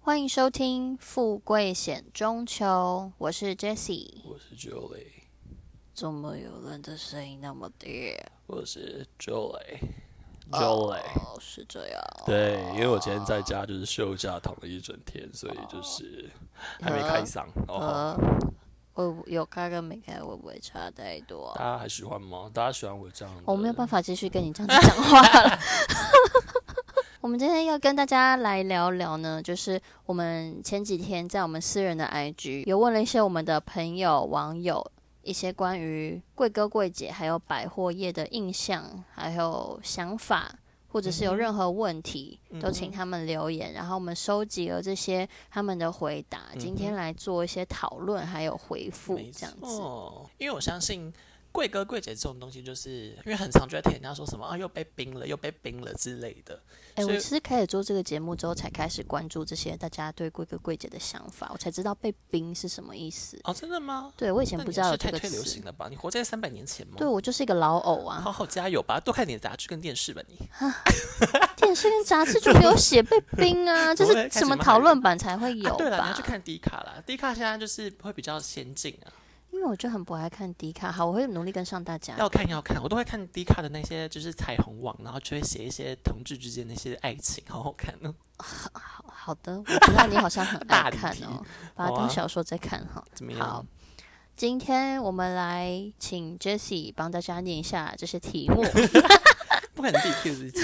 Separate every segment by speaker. Speaker 1: 欢迎收听《富贵险中求》，我是 Jessie。
Speaker 2: 我是 Julie，
Speaker 1: 怎么有人的声音那么低？
Speaker 2: 我是 Julie，Julie，、Julie
Speaker 1: 哦，是这样。
Speaker 2: 对，因为我今天在家就是休假躺了一整天，所以就是
Speaker 1: 啊
Speaker 2: 还没开嗓哦。
Speaker 1: 呃，我有开跟没开，会不会差太多
Speaker 2: 大？家还喜欢吗？大家喜欢我这样的？
Speaker 1: 哦我没有办法继续跟你这样子讲话了。 我们今天要跟大家来聊聊呢，就是我们前几天在我们私人的 IG 有问了一些我们的朋友网友一些关于贵哥贵姐还有百货业的印象，还有想法，或者是有任何问题，都请他们留言，然后我们收集了这些他们的回答，今天来做一些讨论还有回复，
Speaker 3: 没
Speaker 1: 这样子。
Speaker 3: 哦，因为我相信贵哥贵姐这种东西，就是因为很常就会听人家说什么啊，又被冰了，又被冰了之类的。
Speaker 1: 哎、
Speaker 3: 所
Speaker 1: 我
Speaker 3: 以
Speaker 1: 其实开始做这个节目之后，才开始关注这些大家对贵哥贵姐的想法，我才知道被冰是什么意思。
Speaker 3: 哦，真的吗？
Speaker 1: 对我以前
Speaker 3: 那
Speaker 1: 不
Speaker 3: 你
Speaker 1: 知道
Speaker 3: 也
Speaker 1: 有
Speaker 3: 是
Speaker 1: 这
Speaker 3: 太
Speaker 1: 个
Speaker 3: 退流
Speaker 1: 词
Speaker 3: 行，了吧？你活在三百年前吗？
Speaker 1: 对我就是一个老偶啊
Speaker 3: 好。好加油吧，多看点杂志跟电视吧你。
Speaker 1: 电视跟杂志就没有写被冰 啊，这
Speaker 3: 怎么会
Speaker 1: 是
Speaker 3: 开始
Speaker 1: 什么
Speaker 3: 骂
Speaker 1: 讨
Speaker 3: 人
Speaker 1: 论版才会有
Speaker 3: 啊，对了，你要
Speaker 1: 吧
Speaker 3: 去？看迪卡啦，迪卡现在就是会比较先进啊，
Speaker 1: 因为我就很不爱看迪卡，好，我会努力跟上大家。
Speaker 3: 要看要看，我都会看迪卡的那些就是彩虹网，然后就会写一些同志之间的一些爱情，好好看哦。
Speaker 1: 好好的，我知道你好像很
Speaker 3: 大
Speaker 1: 爱
Speaker 3: 离
Speaker 1: 看
Speaker 3: 题
Speaker 1: 哦，把它
Speaker 3: 好
Speaker 1: 当
Speaker 3: 啊
Speaker 1: 小说在看哈。
Speaker 3: 怎么
Speaker 1: 好
Speaker 3: 样？，
Speaker 1: 今天我们来请 Jessie 帮大家念一下这些题目。
Speaker 3: 不可能自己 Q 自己。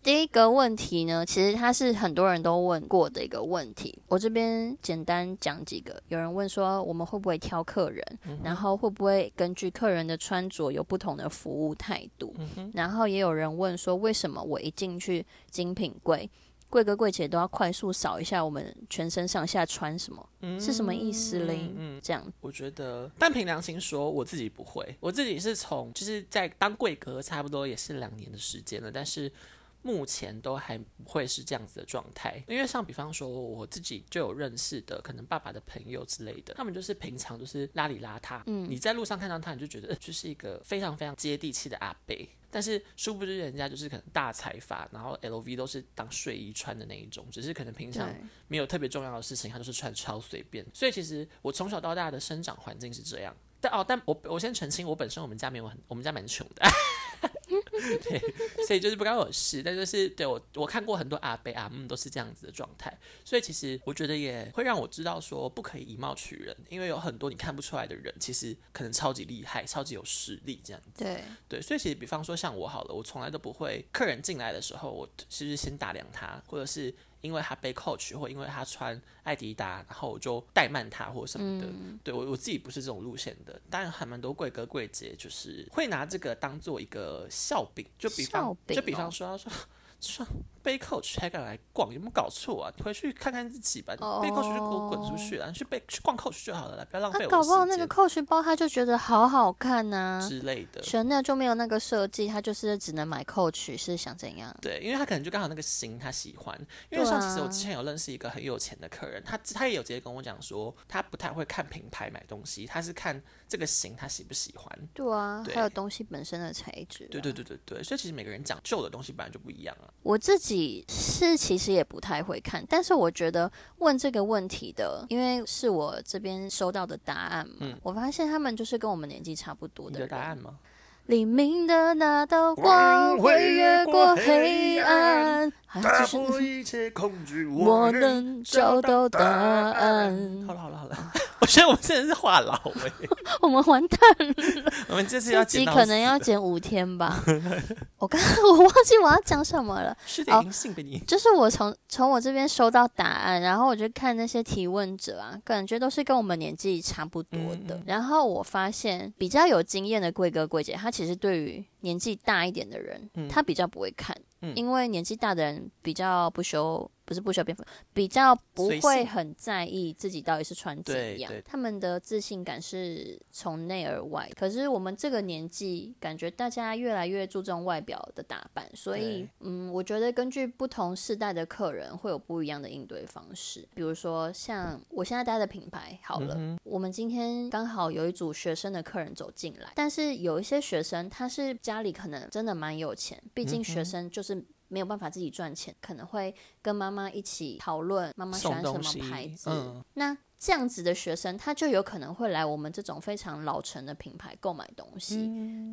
Speaker 1: 第一个问题呢，其实它是很多人都问过的一个问题。我这边简单讲几个。有人问说，我们会不会挑客人，
Speaker 3: 嗯
Speaker 1: 然后会不会根据客人的穿着有不同的服务态度？
Speaker 3: 嗯
Speaker 1: 然后也有人问说，为什么我一进去精品柜，柜哥柜姐都要快速扫一下我们全身上下穿什么，
Speaker 3: 嗯
Speaker 1: 是什么意思嘞？这样
Speaker 3: 我觉得，但凭良心说，我自己不会。我自己是从就是在当贵哥差不多也是两年的时间了，但是目前都还不会是这样子的状态。因为像比方说，我自己就有认识的，可能爸爸的朋友之类的，他们就是平常就是邋里邋遢。嗯，你在路上看到他，你就觉得、呃、就是一个非常非常接地气的阿伯。但是殊不知，人家就是可能大财阀，然后 LV 都是当睡衣穿的那一种，只是可能平常
Speaker 1: 对
Speaker 3: 没有特别重要的事情，他就是穿超随便。所以其实我从小到大的生长环境是这样。但哦，但我我先澄清，我本身我们家没有很，我们家蛮穷的， 对，所以就是不关我的事。但就是对我我看过很多阿伯阿姆都是这样子的状态，所以其实我觉得也会让我知道说不可以以貌取人，因为有很多你看不出来的人，其实可能超级厉害，超级有实力这样子。
Speaker 1: 对，
Speaker 3: 对，所以其实比方说像我好了，我从来都不会，客人进来的时候，我是不是先打量他，或者是因为他背 Coach，或因为他穿艾迪达，然后我就怠慢他或什么的。
Speaker 1: 嗯
Speaker 3: 对我我自己不是这种路线的，当然还蛮多贵哥贵姐就是会拿这个当做一个笑柄，就比方、
Speaker 1: 笑柄
Speaker 3: 就比
Speaker 1: 哦
Speaker 3: 方说他说。穿背 Coach 还敢来逛，有没有搞错啊？你回去看看自己吧。你
Speaker 1: 哦
Speaker 3: 背 Coach 就给我滚出去啊！你去背去逛 Coach 就好了啦，不要浪
Speaker 1: 他、
Speaker 3: 费我的
Speaker 1: 啊搞不好
Speaker 3: 时
Speaker 1: 那个
Speaker 3: 间
Speaker 1: Coach 包他就觉得好好看啊呐、
Speaker 3: 之类的。
Speaker 1: 选那就没有那个设计，它就是只能买 Coach，是想怎样？
Speaker 3: 对，因为他可能就刚好那个型他喜欢，因
Speaker 1: 对
Speaker 3: 为像其实我
Speaker 1: 啊
Speaker 3: 之前有认识一个很有钱的客人，他他也有直接跟我讲说，他不太会看品牌买东西，他是看这个型他喜不喜欢。
Speaker 1: 对啊，
Speaker 3: 对
Speaker 1: 还有东西本身的材质、啊
Speaker 3: 对对，对对对，所以其实每个人讲旧的东西本来就不一样啊。
Speaker 1: 我自己是其实也不太会看，但是我觉得问这个问题的，因为是我这边收到的答案嘛，我发现他们就是跟我们年纪差不多
Speaker 3: 你
Speaker 1: 的嗯
Speaker 3: 的
Speaker 1: 人。
Speaker 3: 答案吗？
Speaker 1: 黎明的那道光会越过黑暗，还有啊就是
Speaker 2: 一切恐惧，
Speaker 1: 我能找到答案
Speaker 3: 好。了好了好了，我觉得我们真的是话痨哎、
Speaker 1: 我们完蛋了。
Speaker 3: 我们这次要
Speaker 1: 这
Speaker 3: 剪
Speaker 1: 集
Speaker 3: 到
Speaker 1: 可能
Speaker 3: 死
Speaker 1: 要剪五天 吧。我刚刚 我忘记我要讲什么了，
Speaker 3: 是点银杏给你。
Speaker 1: 就是我从从我这边收到答案，然后我就看那些提问者啊，感觉都是跟我们年纪差不多的。
Speaker 3: 嗯
Speaker 1: 然后我发现比较有经验的贵哥贵姐，他其实对于年纪大一点的人，他比较不会看，
Speaker 3: 嗯
Speaker 1: 因为年纪大的人比较不修。不是不修边幅，比较不
Speaker 3: 随
Speaker 1: 会
Speaker 3: 性
Speaker 1: 很在意自己到底是穿怎
Speaker 3: 对
Speaker 1: 样
Speaker 3: 对，
Speaker 1: 他们的自信感是从内而外。可是我们这个年纪，感觉大家越来越注重外表的打扮，所以
Speaker 3: 对
Speaker 1: 嗯，我觉得根据不同世代的客人会有不一样的应对方式。比如说像我现在待的品牌，好了，
Speaker 3: 嗯
Speaker 1: 我们今天刚好有一组学生的客人走进
Speaker 3: 嗯
Speaker 1: 来，但是有一些学生他是家里可能真的蛮有钱，毕竟学生就是没有办法自己赚钱，可能会跟妈妈一起讨论妈妈喜欢
Speaker 3: 送
Speaker 1: 什
Speaker 3: 东西
Speaker 1: 么牌子。
Speaker 3: 嗯
Speaker 1: 那这样子的学生，他就有可能会来我们这种非常老成的品牌购买东西。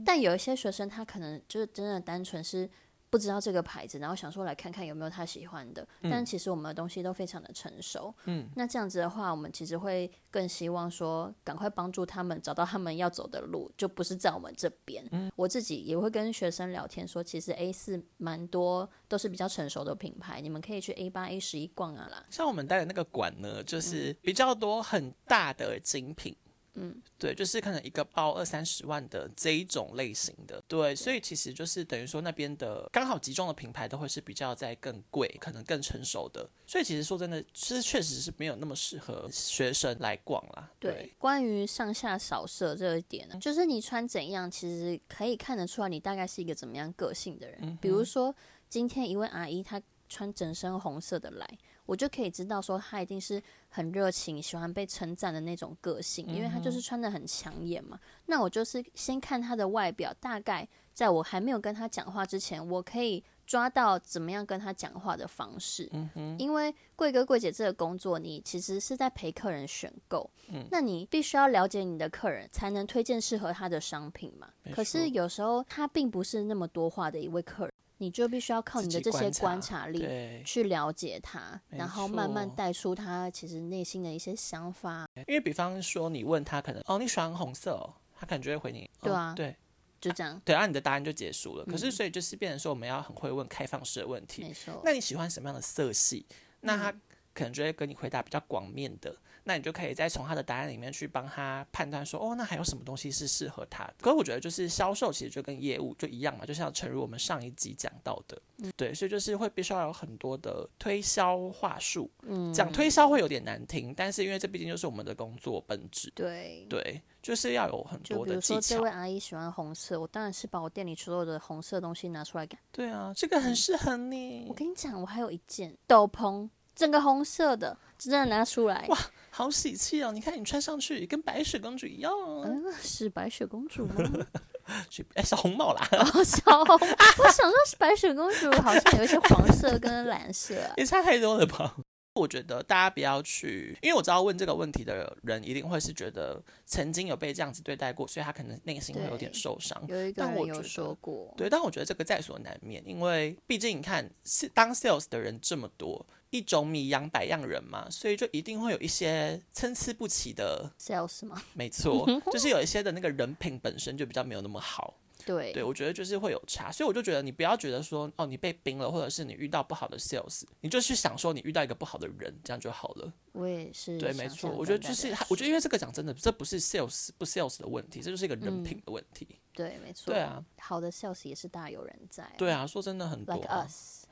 Speaker 1: 但有一些学生，他可能就是真的单纯是不知道这个牌子，然后想说来看看有没有他喜欢的。但其实我们的东西都非常的成熟。嗯，那这样子的话，我们其实会更希望说，赶快帮助他们找到他们要走的路，就不是在我们这边。我自己也会跟学生聊天说，其实 A 四蛮多都是比较成熟的品牌，你们可以去 A 八、A 十一逛啊啦。
Speaker 3: 像我们带的那个馆呢，就是
Speaker 1: 嗯
Speaker 3: 比较多很大的精品。嗯，对，就是可能一个包二三十万的这一种类型的，对，所以其实就是等于说那边的刚好集中的品牌都会是比较在更贵，可能更成熟的，所以其实说真的，是确实是没有那么适合学生来逛啦。
Speaker 1: 对，，关于上下扫射这一点呢，就是你穿怎样，其实可以看得出来你大概是一个怎么样个性的人。比如说，今天一位阿姨她穿整身红色的来，我就可以知道说她一定是很热情、喜欢被称赞的那种个性，因为她就是穿的很抢眼嘛。那我就是先看她的外表，大概在我还没有跟她讲话之前，我可以抓到怎么样跟她讲话的方式。
Speaker 3: 嗯
Speaker 1: 因为贵哥贵姐这个工作，你其实是在陪客人选购，
Speaker 3: 嗯
Speaker 1: 那你必须要了解你的客人，才能推荐适合他的商品嘛
Speaker 3: 没。
Speaker 1: 可是
Speaker 3: 错
Speaker 1: 有时候他并不是那么多话的一位客人，你就必须要靠你的这
Speaker 3: 自己
Speaker 1: 些
Speaker 3: 观察
Speaker 1: 观察力
Speaker 3: 对，
Speaker 1: 去了解他，
Speaker 3: 没
Speaker 1: 然后慢慢
Speaker 3: 错
Speaker 1: 带出他其实内心的一些想法，
Speaker 3: 因为比方说你问他可能哦你喜欢红色、哦，他可能就会回你，
Speaker 1: 对
Speaker 3: 哦
Speaker 1: 啊嗯
Speaker 3: 对
Speaker 1: 就这样。
Speaker 3: 对，啊然后你的答案就结束了。可是所以就是变成说我们要很会问开放式的问题，
Speaker 1: 没错，
Speaker 3: 那你喜欢什么样的色系？那
Speaker 1: 嗯
Speaker 3: 他可能就会跟你回答比较广面的，那你就可以再从他的答案里面去帮他判断说，哦，那还有什么东西是适合他的？可是我觉得就是销售其实就跟业务就一样嘛，就像诚如我们上一集讲到的，
Speaker 1: 嗯
Speaker 3: 对，所以就是会必须要有很多的推销话术，
Speaker 1: 嗯
Speaker 3: 讲推销会有点难听，但是因为这毕竟就是我们的工作本质，
Speaker 1: 对。
Speaker 3: 对，就是要有很
Speaker 1: 嗯就
Speaker 3: 多
Speaker 1: 比
Speaker 3: 的
Speaker 1: 如
Speaker 3: 技
Speaker 1: 说，这
Speaker 3: 巧
Speaker 1: 位。阿姨喜欢红色，我当然是把我店里所有的红色东西拿出来给
Speaker 3: 对啊，这个很适合
Speaker 1: 嗯
Speaker 3: 你
Speaker 1: 我，跟你讲，我还有一件斗篷，整个红色的，真的拿出来，哇，
Speaker 3: 好喜气哦！你看你穿上去跟白雪公主一样哦、
Speaker 1: 嗯，是白雪公主吗？
Speaker 3: 去哎小红帽啦，
Speaker 1: 好小红，我想说是白雪公主好像有一些黄色跟蓝色 啊、
Speaker 3: 也差太多了吧？我觉得大家不要去，因为我知道问这个问题的人一定会是觉得曾经有被这样子对待过，所以他可能内心会有点
Speaker 1: 对
Speaker 3: 受伤。
Speaker 1: 有一个
Speaker 3: 嗯但
Speaker 1: 人
Speaker 3: 我觉
Speaker 1: 有
Speaker 3: 得
Speaker 1: 说过，
Speaker 3: 对，但我觉得这个在所难免，因为毕竟你看，是当 sales 的人这么多，一种米养百样人嘛，所以就一定会有一些参差不齐的，
Speaker 1: sales 吗？
Speaker 3: 没错，就是有一些的那个人品本身就比较没有那么好。
Speaker 1: 对，
Speaker 3: 对，我觉得就是会有差，所以我就觉得你不要觉得说哦，你被冰了，或者是你遇到不好的 sales，你就去想说你遇到一个不好的人，这样就好了。
Speaker 1: 我也是想
Speaker 3: 对，
Speaker 1: 象跟大家说。
Speaker 3: 没错，我觉得就是，我觉得因为这个讲真的，这不是 sales 不 sales 的问题，这就是一个人
Speaker 1: 嗯
Speaker 3: 品的问题。
Speaker 1: 对，没错，
Speaker 3: 对，啊，
Speaker 1: 好的 sales 也是大有人在、
Speaker 3: 对啊，说真的很多
Speaker 1: Like
Speaker 3: 啊
Speaker 1: us，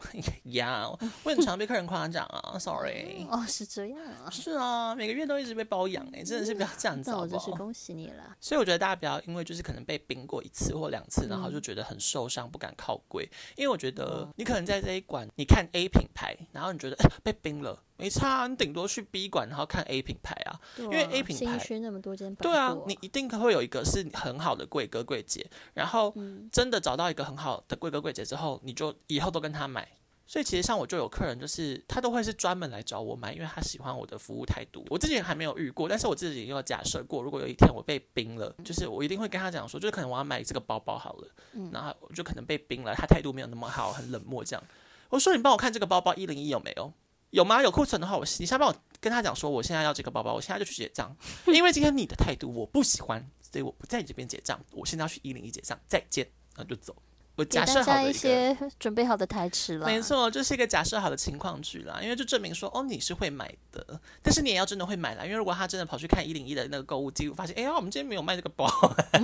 Speaker 3: 呀，我很常被客人夸奖啊 ，sorry。
Speaker 1: 哦，是这样啊，
Speaker 3: 是啊，每个月都一直被包养哎、真的是不要这样子
Speaker 1: 那
Speaker 3: 好
Speaker 1: 我
Speaker 3: 不
Speaker 1: 真是
Speaker 3: 好？
Speaker 1: 恭喜你了。
Speaker 3: 所以我觉得大家不要因为就是可能被冰过一次或两次，然后就觉得很受伤，不敢靠柜。因为我觉得你可能在这一馆，你看 A 品牌，然后你觉得、呃被冰了，没差啊、你顶多去 B 馆，然后看 A 品牌啊。
Speaker 1: 对
Speaker 3: 因为
Speaker 1: 啊
Speaker 3: A 品牌
Speaker 1: 新区那么多间百货，
Speaker 3: 对啊，你一定会有一个是很好的贵哥贵姐，然后真的找到一个很好的贵哥贵姐之后，你就以后都跟他买。所以其实像我就有客人，就是他都会是专门来找我买，因为他喜欢我的服务态度。我自己还没有遇过，但是我自己也有假设过，如果有一天我被冰了，就是我一定会跟他讲说，就是可能我要买这个包包好了，然后我就可能被冰了，他态度没有那么好，很冷漠这样。我说你帮我看这个包包一零一有没有？有吗？有库存的话，我你先帮我跟他讲说，我现在要这个包包，我现在就去结 账。因为今天你的态度我不喜欢，所以我不在你这边结账，我现在要去一零一结账，再见，然后就走。我
Speaker 1: 给
Speaker 3: 假
Speaker 1: 大
Speaker 3: 设好
Speaker 1: 家
Speaker 3: 的
Speaker 1: 一
Speaker 3: 一个，
Speaker 1: 些 准备好的台词了。
Speaker 3: 没错，这、是一个假设好的情况剧啦，因为就证明说，哦，你是会买的，但是你也要真的会买啦，因为如果他真的跑去看一零一的那个购物记录，发现，哎呀，我们今天没有卖这个 包，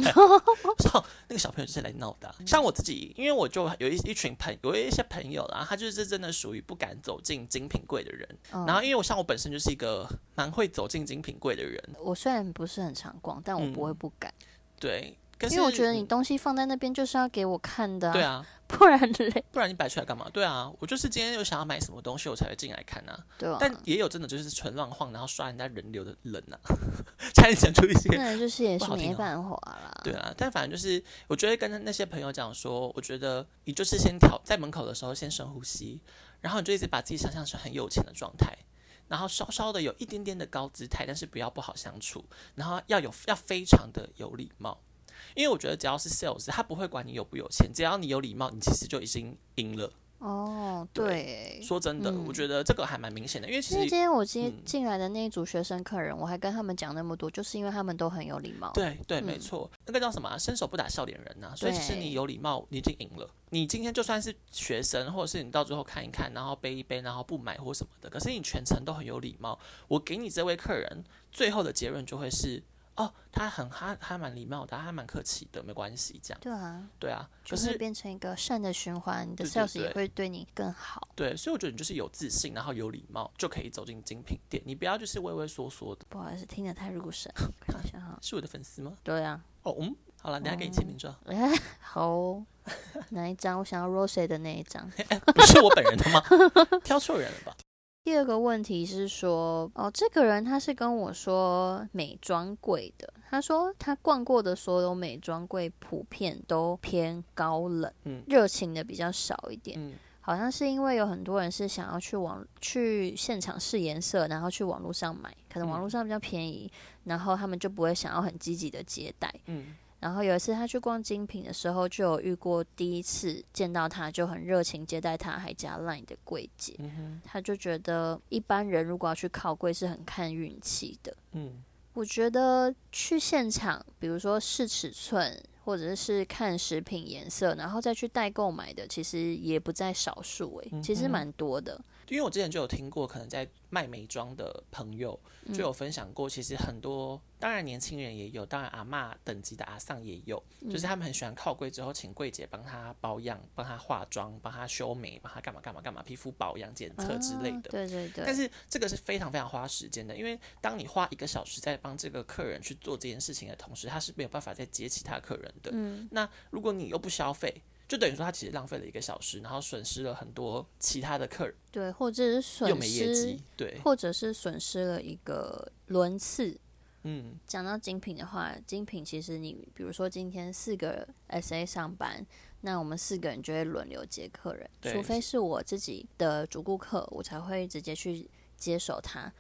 Speaker 3: 操，那个小朋友就是来闹的啊、像我自己，因为我就有一一群朋有一些朋友啦，他就是真的属于不敢走进精品柜的人，
Speaker 1: 嗯
Speaker 3: 然后因为我像我本身就是一个蛮会走进精品柜的人，
Speaker 1: 我虽然不是很常逛，但我不会不敢。
Speaker 3: 对，嗯可是
Speaker 1: 因为我觉得你东西放在那边就是要给我看的、
Speaker 3: 对，啊，
Speaker 1: 不然嘞，
Speaker 3: 不然你摆出来干嘛？对啊，我就是今天有想要买什么东西，我才会进来看啊。
Speaker 1: 对吧、
Speaker 3: 但也有真的就是纯乱晃，然后刷人家人流的人呐、啊，差点讲出一些
Speaker 1: 那就是也
Speaker 3: 不
Speaker 1: 是
Speaker 3: 好听
Speaker 1: 没
Speaker 3: 哦
Speaker 1: 办法啦。
Speaker 3: 对啊，但反正就是，我就会跟那些朋友讲说，我觉得你就是先调在门口的时候先深呼吸，然后你就一直把自己想象成很有钱的状态，然后稍稍的有一点点的高姿态，但是不要不好相处，然后要有要非常的有礼貌，因为我觉得只要是 sales，他不会管你有不有钱，只要你有礼貌，你其实就已经赢了。
Speaker 1: 哦，
Speaker 3: 对
Speaker 1: 对。
Speaker 3: 说真的，我觉得这个还蛮明显的，嗯因为其
Speaker 1: 因为
Speaker 3: 实
Speaker 1: 今天我接
Speaker 3: 嗯
Speaker 1: 进来的那一组学生客人，我还跟他们讲那么多，就是因为他们都很有礼貌。
Speaker 3: 对对，没错，那个叫什么啊、伸手不打笑脸人呐、啊所以其实
Speaker 1: 嗯对
Speaker 3: 你有礼貌，你已经赢了。你今天就算是学生，或者是你到最后看一看，然后背一背，然后不买或什么的，可是你全程都很有礼貌。我给你这位客人最后的结论就会是，哦，他很他他蛮礼貌的，他蛮客气的，没关系，这样
Speaker 1: 对啊，
Speaker 3: 对啊。可
Speaker 1: 就是会变成一个善的循环，你的
Speaker 3: 对对
Speaker 1: sales 也
Speaker 3: 对
Speaker 1: 会对你更好。
Speaker 3: 对，所以我觉得你就是有自信，然后有礼貌，就可以走进精品店。你不要就是畏畏缩缩的，
Speaker 1: 不好意思，听得太入神，看一下哈。
Speaker 3: 是我的粉丝吗？
Speaker 1: 对啊，
Speaker 3: 哦，嗯，好了，等一下给你签名照，
Speaker 1: 哎， 好哦、哪一张？我想要 Rose 的那一张。
Speaker 3: 不是我本人的吗？ 挑错人了吧？
Speaker 1: 第二个问题是说，哦，这个人他是跟我说美妆柜的，他说他逛过的所有美妆柜普遍都偏高冷，
Speaker 3: 嗯
Speaker 1: 热情的比较少一点。
Speaker 3: 嗯。
Speaker 1: 好像是因为有很多人是想要去网去现场试颜色，然后去网络上买，可能网
Speaker 3: 嗯
Speaker 1: 络上比较便宜，然后他们就不会想要很积极的接待。
Speaker 3: 嗯
Speaker 1: 然后有一次他去逛精品的时候，就有遇过第一次见到他就很热情接待他，还加 LINE 的柜姐，
Speaker 3: 嗯哼，
Speaker 1: 他就觉得一般人如果要去靠柜是很看运气的。
Speaker 3: 嗯
Speaker 1: 我觉得去现场，比如说试尺寸，或者是看食品颜色，然后再去代购买的，其实也不在少数诶、
Speaker 3: 嗯
Speaker 1: 其实蛮多的。
Speaker 3: 因为我之前就有听过，可能在卖美妆的朋友
Speaker 1: 嗯
Speaker 3: 就有分享过，其实很多，当然年轻人也有，当然阿嬷等级的阿丧也有，
Speaker 1: 嗯
Speaker 3: 就是他们很喜欢靠柜之后，请柜姐帮他保养、帮他化妆、帮他修眉、帮他干嘛干嘛干嘛，皮肤保养检测之嗯类
Speaker 1: 啊
Speaker 3: 的。
Speaker 1: 对对对，
Speaker 3: 但是这个是非常非常花时间的，因为当你花一个小时在帮这个客人去做这件事情的同时，他是没有办法再接其他客人的。嗯，那如果你又不消费，就等于说他其实浪费了一个小时，然后损失了很多其他的客人，
Speaker 1: 对，或者是
Speaker 3: 又
Speaker 1: 损
Speaker 3: 没业
Speaker 1: 失
Speaker 3: 绩，。对，
Speaker 1: 或者是损失了一个轮次。
Speaker 3: 嗯，
Speaker 1: 讲到精品的话，精品其实你比如说今天四个 SA 上班，那我们四个人就会轮流接客人，
Speaker 3: 对
Speaker 1: 除非是我自己的主顾客，我才会直接去接手他。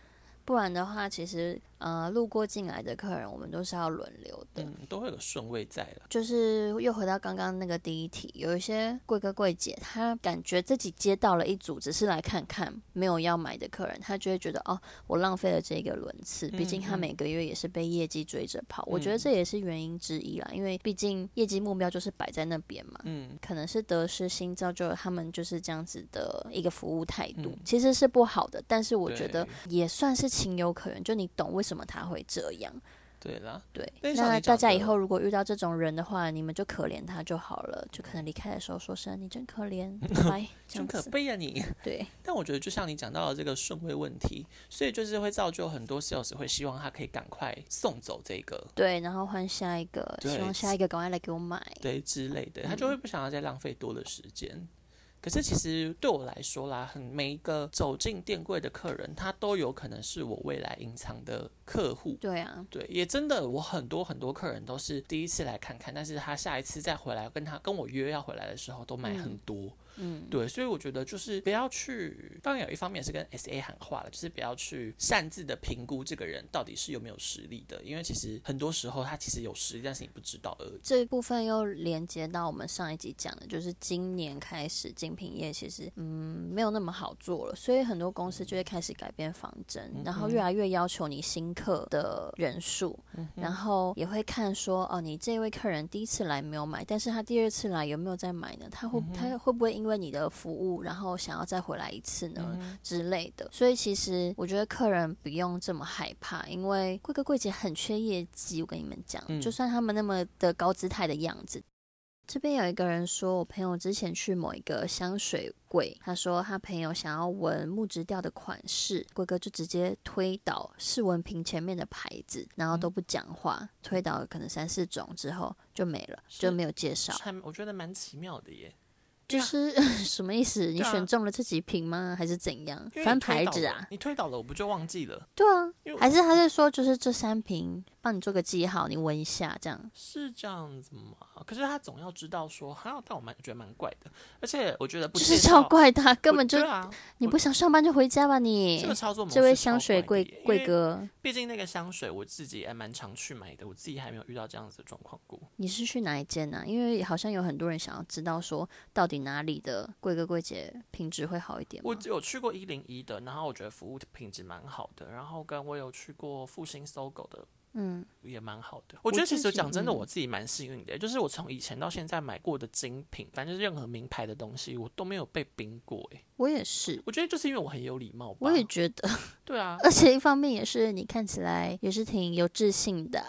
Speaker 1: 不然的话，其实呃，路过进来的客人，我们都是要轮流的。
Speaker 3: 嗯，都会有个顺位在了。
Speaker 1: 就是又回到刚刚那个第一题，有一些贵哥贵姐，他感觉自己接到了一组只是来看看，没有要买的客人，他就会觉得哦，我浪费了这个轮次。毕竟他
Speaker 3: 嗯
Speaker 1: 每个月也是被业绩追着跑，我觉得
Speaker 3: 嗯
Speaker 1: 这也是原因之一啦，因为毕竟业绩目标就是摆在那边嘛。
Speaker 3: 嗯，
Speaker 1: 可能是得失心造就了他们就是这样子的一个服务态度，
Speaker 3: 嗯
Speaker 1: 其实是不好的，但是我觉得
Speaker 3: 对
Speaker 1: 也算是情有可原，就你懂为什么他会这样。
Speaker 3: 对啦，
Speaker 1: 对，
Speaker 3: 但是像
Speaker 1: 那
Speaker 3: 你
Speaker 1: 大
Speaker 3: 讲
Speaker 1: 家以
Speaker 3: 的
Speaker 1: 后如果遇到这种人的话，你们就可怜他就好了，就可能离开的时候说声“你真可怜”， 拜拜，这
Speaker 3: 真
Speaker 1: 样
Speaker 3: 可
Speaker 1: 子。
Speaker 3: 悲呀、啊你。
Speaker 1: 对，
Speaker 3: 但我觉得，就像你讲到的这个顺位问题，所以就是会造就很多 sales 会希望他可以赶快送走这个
Speaker 1: 对，然后换下一个，希
Speaker 3: 对
Speaker 1: 望下一个赶快来给我买。
Speaker 3: 对之类的，他就
Speaker 1: 嗯
Speaker 3: 会不想要再浪费多的时间。可是其实对我来说啦，很每一个走进店柜的客人，他都有可能是我未来隐藏的客户。
Speaker 1: 对啊，
Speaker 3: 对，也真的，我很多很多客人都是第一次来看看，但是他下一次再回来跟他跟我约要回来的时候，都买很多。嗯，对，所以我觉得就是不要去，当然有一方面是跟 S A 喊话了，就是不要去擅自的评估这个人到底是有没有实力的，因为其实很多时候他其实有实力，但是你不知道而已。
Speaker 1: 这一部分又连接到我们上一集讲的，就是今年开始精品业其实嗯没有那么好做了，所以很多公司就会开始改变方针，然后越来越要求你新客的人数，然后也会看说哦你这位客人第一次来没有买，但是他第二次来有没有再买呢？他会、他会不会因为你的服务然后想要再回来一次呢？之类的。所以其实我觉得客人不用这么害怕，因为贵哥贵姐很缺业绩。我跟你们讲，
Speaker 3: 嗯
Speaker 1: 就算他们那么的高姿态的样子，这边有一个人说，我朋友之前去某一个香水柜，他说他朋友想要闻木质调的款式，贵哥就直接推倒试闻瓶前面的牌子，然后
Speaker 3: 嗯
Speaker 1: 都不讲话，推倒了可能三四种之后就没了，
Speaker 3: 是
Speaker 1: 就没有介绍。
Speaker 3: 还我觉得蛮奇妙的耶。
Speaker 1: 就
Speaker 3: 对啊
Speaker 1: 是 什么意思？你
Speaker 3: 对啊
Speaker 1: 选中了这几瓶吗？还是怎样
Speaker 3: 因为？你
Speaker 1: 翻
Speaker 3: 推
Speaker 1: 牌
Speaker 3: 倒
Speaker 1: 子
Speaker 3: 了
Speaker 1: 啊？
Speaker 3: 你推倒了，我不就忘记了？
Speaker 1: 对啊
Speaker 3: 因为，我
Speaker 1: 还是他是说就是这三瓶帮你做个记号，你闻一下这样。
Speaker 3: 是这样子吗？可是他总要知道说，哈，但我蛮觉得蛮怪的，而且我觉得不
Speaker 1: 就
Speaker 3: 介
Speaker 1: 是
Speaker 3: 绍
Speaker 1: 超，怪他，根
Speaker 3: 我
Speaker 1: 本就
Speaker 3: 对啊，
Speaker 1: 你不想上班就回家吧你
Speaker 3: 这个。操作模式
Speaker 1: 这位
Speaker 3: 超
Speaker 1: 香水
Speaker 3: 怪
Speaker 1: 贵
Speaker 3: 的耶
Speaker 1: 贵，哥，
Speaker 3: 因为毕竟那个香水我自己也蛮常去买的，我自己还没有遇到这样子的状况过。
Speaker 1: 你是去哪一间呢、啊？因为好像有很多人想要知道说，到底哪里的贵哥贵姐品质会好一点
Speaker 3: 我
Speaker 1: 吗？
Speaker 3: 有去过一零一的，然后我觉得服务品质蛮好的，然后跟我有去过复兴搜狗的，嗯，也蛮好的。我觉得其
Speaker 1: 自
Speaker 3: 实
Speaker 1: 己
Speaker 3: 讲真的，
Speaker 1: 嗯
Speaker 3: 我自己蛮幸运的，就是我从以前到现在买过的精品，反正就是任何名牌的东西，我都没有被冰过。哎，
Speaker 1: 我也是，
Speaker 3: 我觉得就是因为我很有礼貌吧。
Speaker 1: 我也觉得，
Speaker 3: 对啊，
Speaker 1: 而且一方面也是你看起来也是挺有自信 的，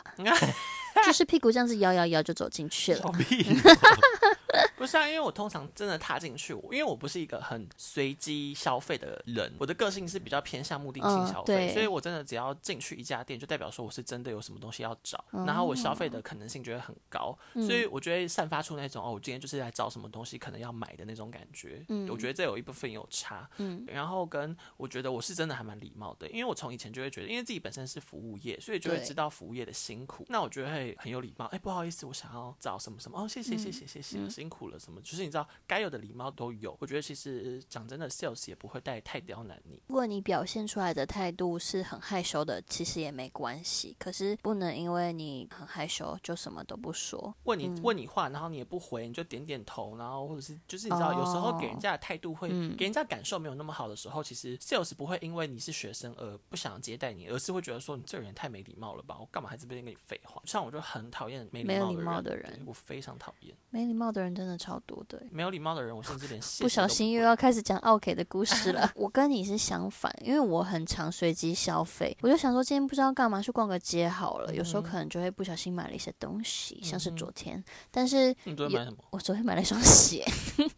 Speaker 1: 就是屁股这样子摇摇摇就走进去了
Speaker 3: 小。屁 不是啊，因为我通常真的踏进去，我因为我不是一个很随机消费的人，我的个性是比较偏向目的性
Speaker 1: 嗯
Speaker 3: 消费，
Speaker 1: 对
Speaker 3: 所以我真的只要进去一家店，就代表说我是真的有什么东西要找，
Speaker 1: 嗯
Speaker 3: 然后我消费的可能性就会很高，所以我觉得散发出那种哦，我今天就是来找什么东西可能要买的那种感觉。
Speaker 1: 嗯
Speaker 3: 我觉得这有一部分有差，然后跟我觉得我是真的还蛮礼貌的，因为我从以前就会觉得，因为自己本身是服务业，所以就会
Speaker 1: 对
Speaker 3: 知道服务业的辛苦。那我觉得会很有礼貌，哎、不好意思，我想要找什么什么，哦，谢谢谢谢谢谢，辛苦了什么，就是你知道该有的礼貌都有。我觉得其实讲真的，sales 也不会带太刁难你。
Speaker 1: 如果你表现出来的态度是很害羞的，其实也没关系。可是不能因为你很害羞就什么都不说。
Speaker 3: 问你、问你话，然后你也不回，你就点点头，然后或者是就是你知道，有时候给
Speaker 1: 哦
Speaker 3: 人家的态度会、
Speaker 1: 嗯
Speaker 3: 给人家感受没有那么好的时候，其实 sales 不会因为你是学生而不想接待你，而是会觉得说你这个人太没礼貌了吧，我干嘛还这边跟你废话？像我就很讨厌没
Speaker 1: 没有
Speaker 3: 礼貌
Speaker 1: 礼
Speaker 3: 的人，
Speaker 1: 貌的
Speaker 3: 对
Speaker 1: 人
Speaker 3: 我非常讨厌
Speaker 1: 没礼貌的人真的超多的欸、
Speaker 3: 没有礼貌的人，我甚至连谢
Speaker 1: 不
Speaker 3: 谢都
Speaker 1: 小心又
Speaker 3: 会
Speaker 1: 要开始讲奥 K 的故事 了。我跟你是相反，因为我很常随机消费，我就想说今天不知道干嘛，去逛个街好了。有时
Speaker 3: 嗯
Speaker 1: 候可能就会不小心买了一些东西，像是昨天，但是
Speaker 3: 你昨天买什么
Speaker 1: 我昨天买了一双 鞋，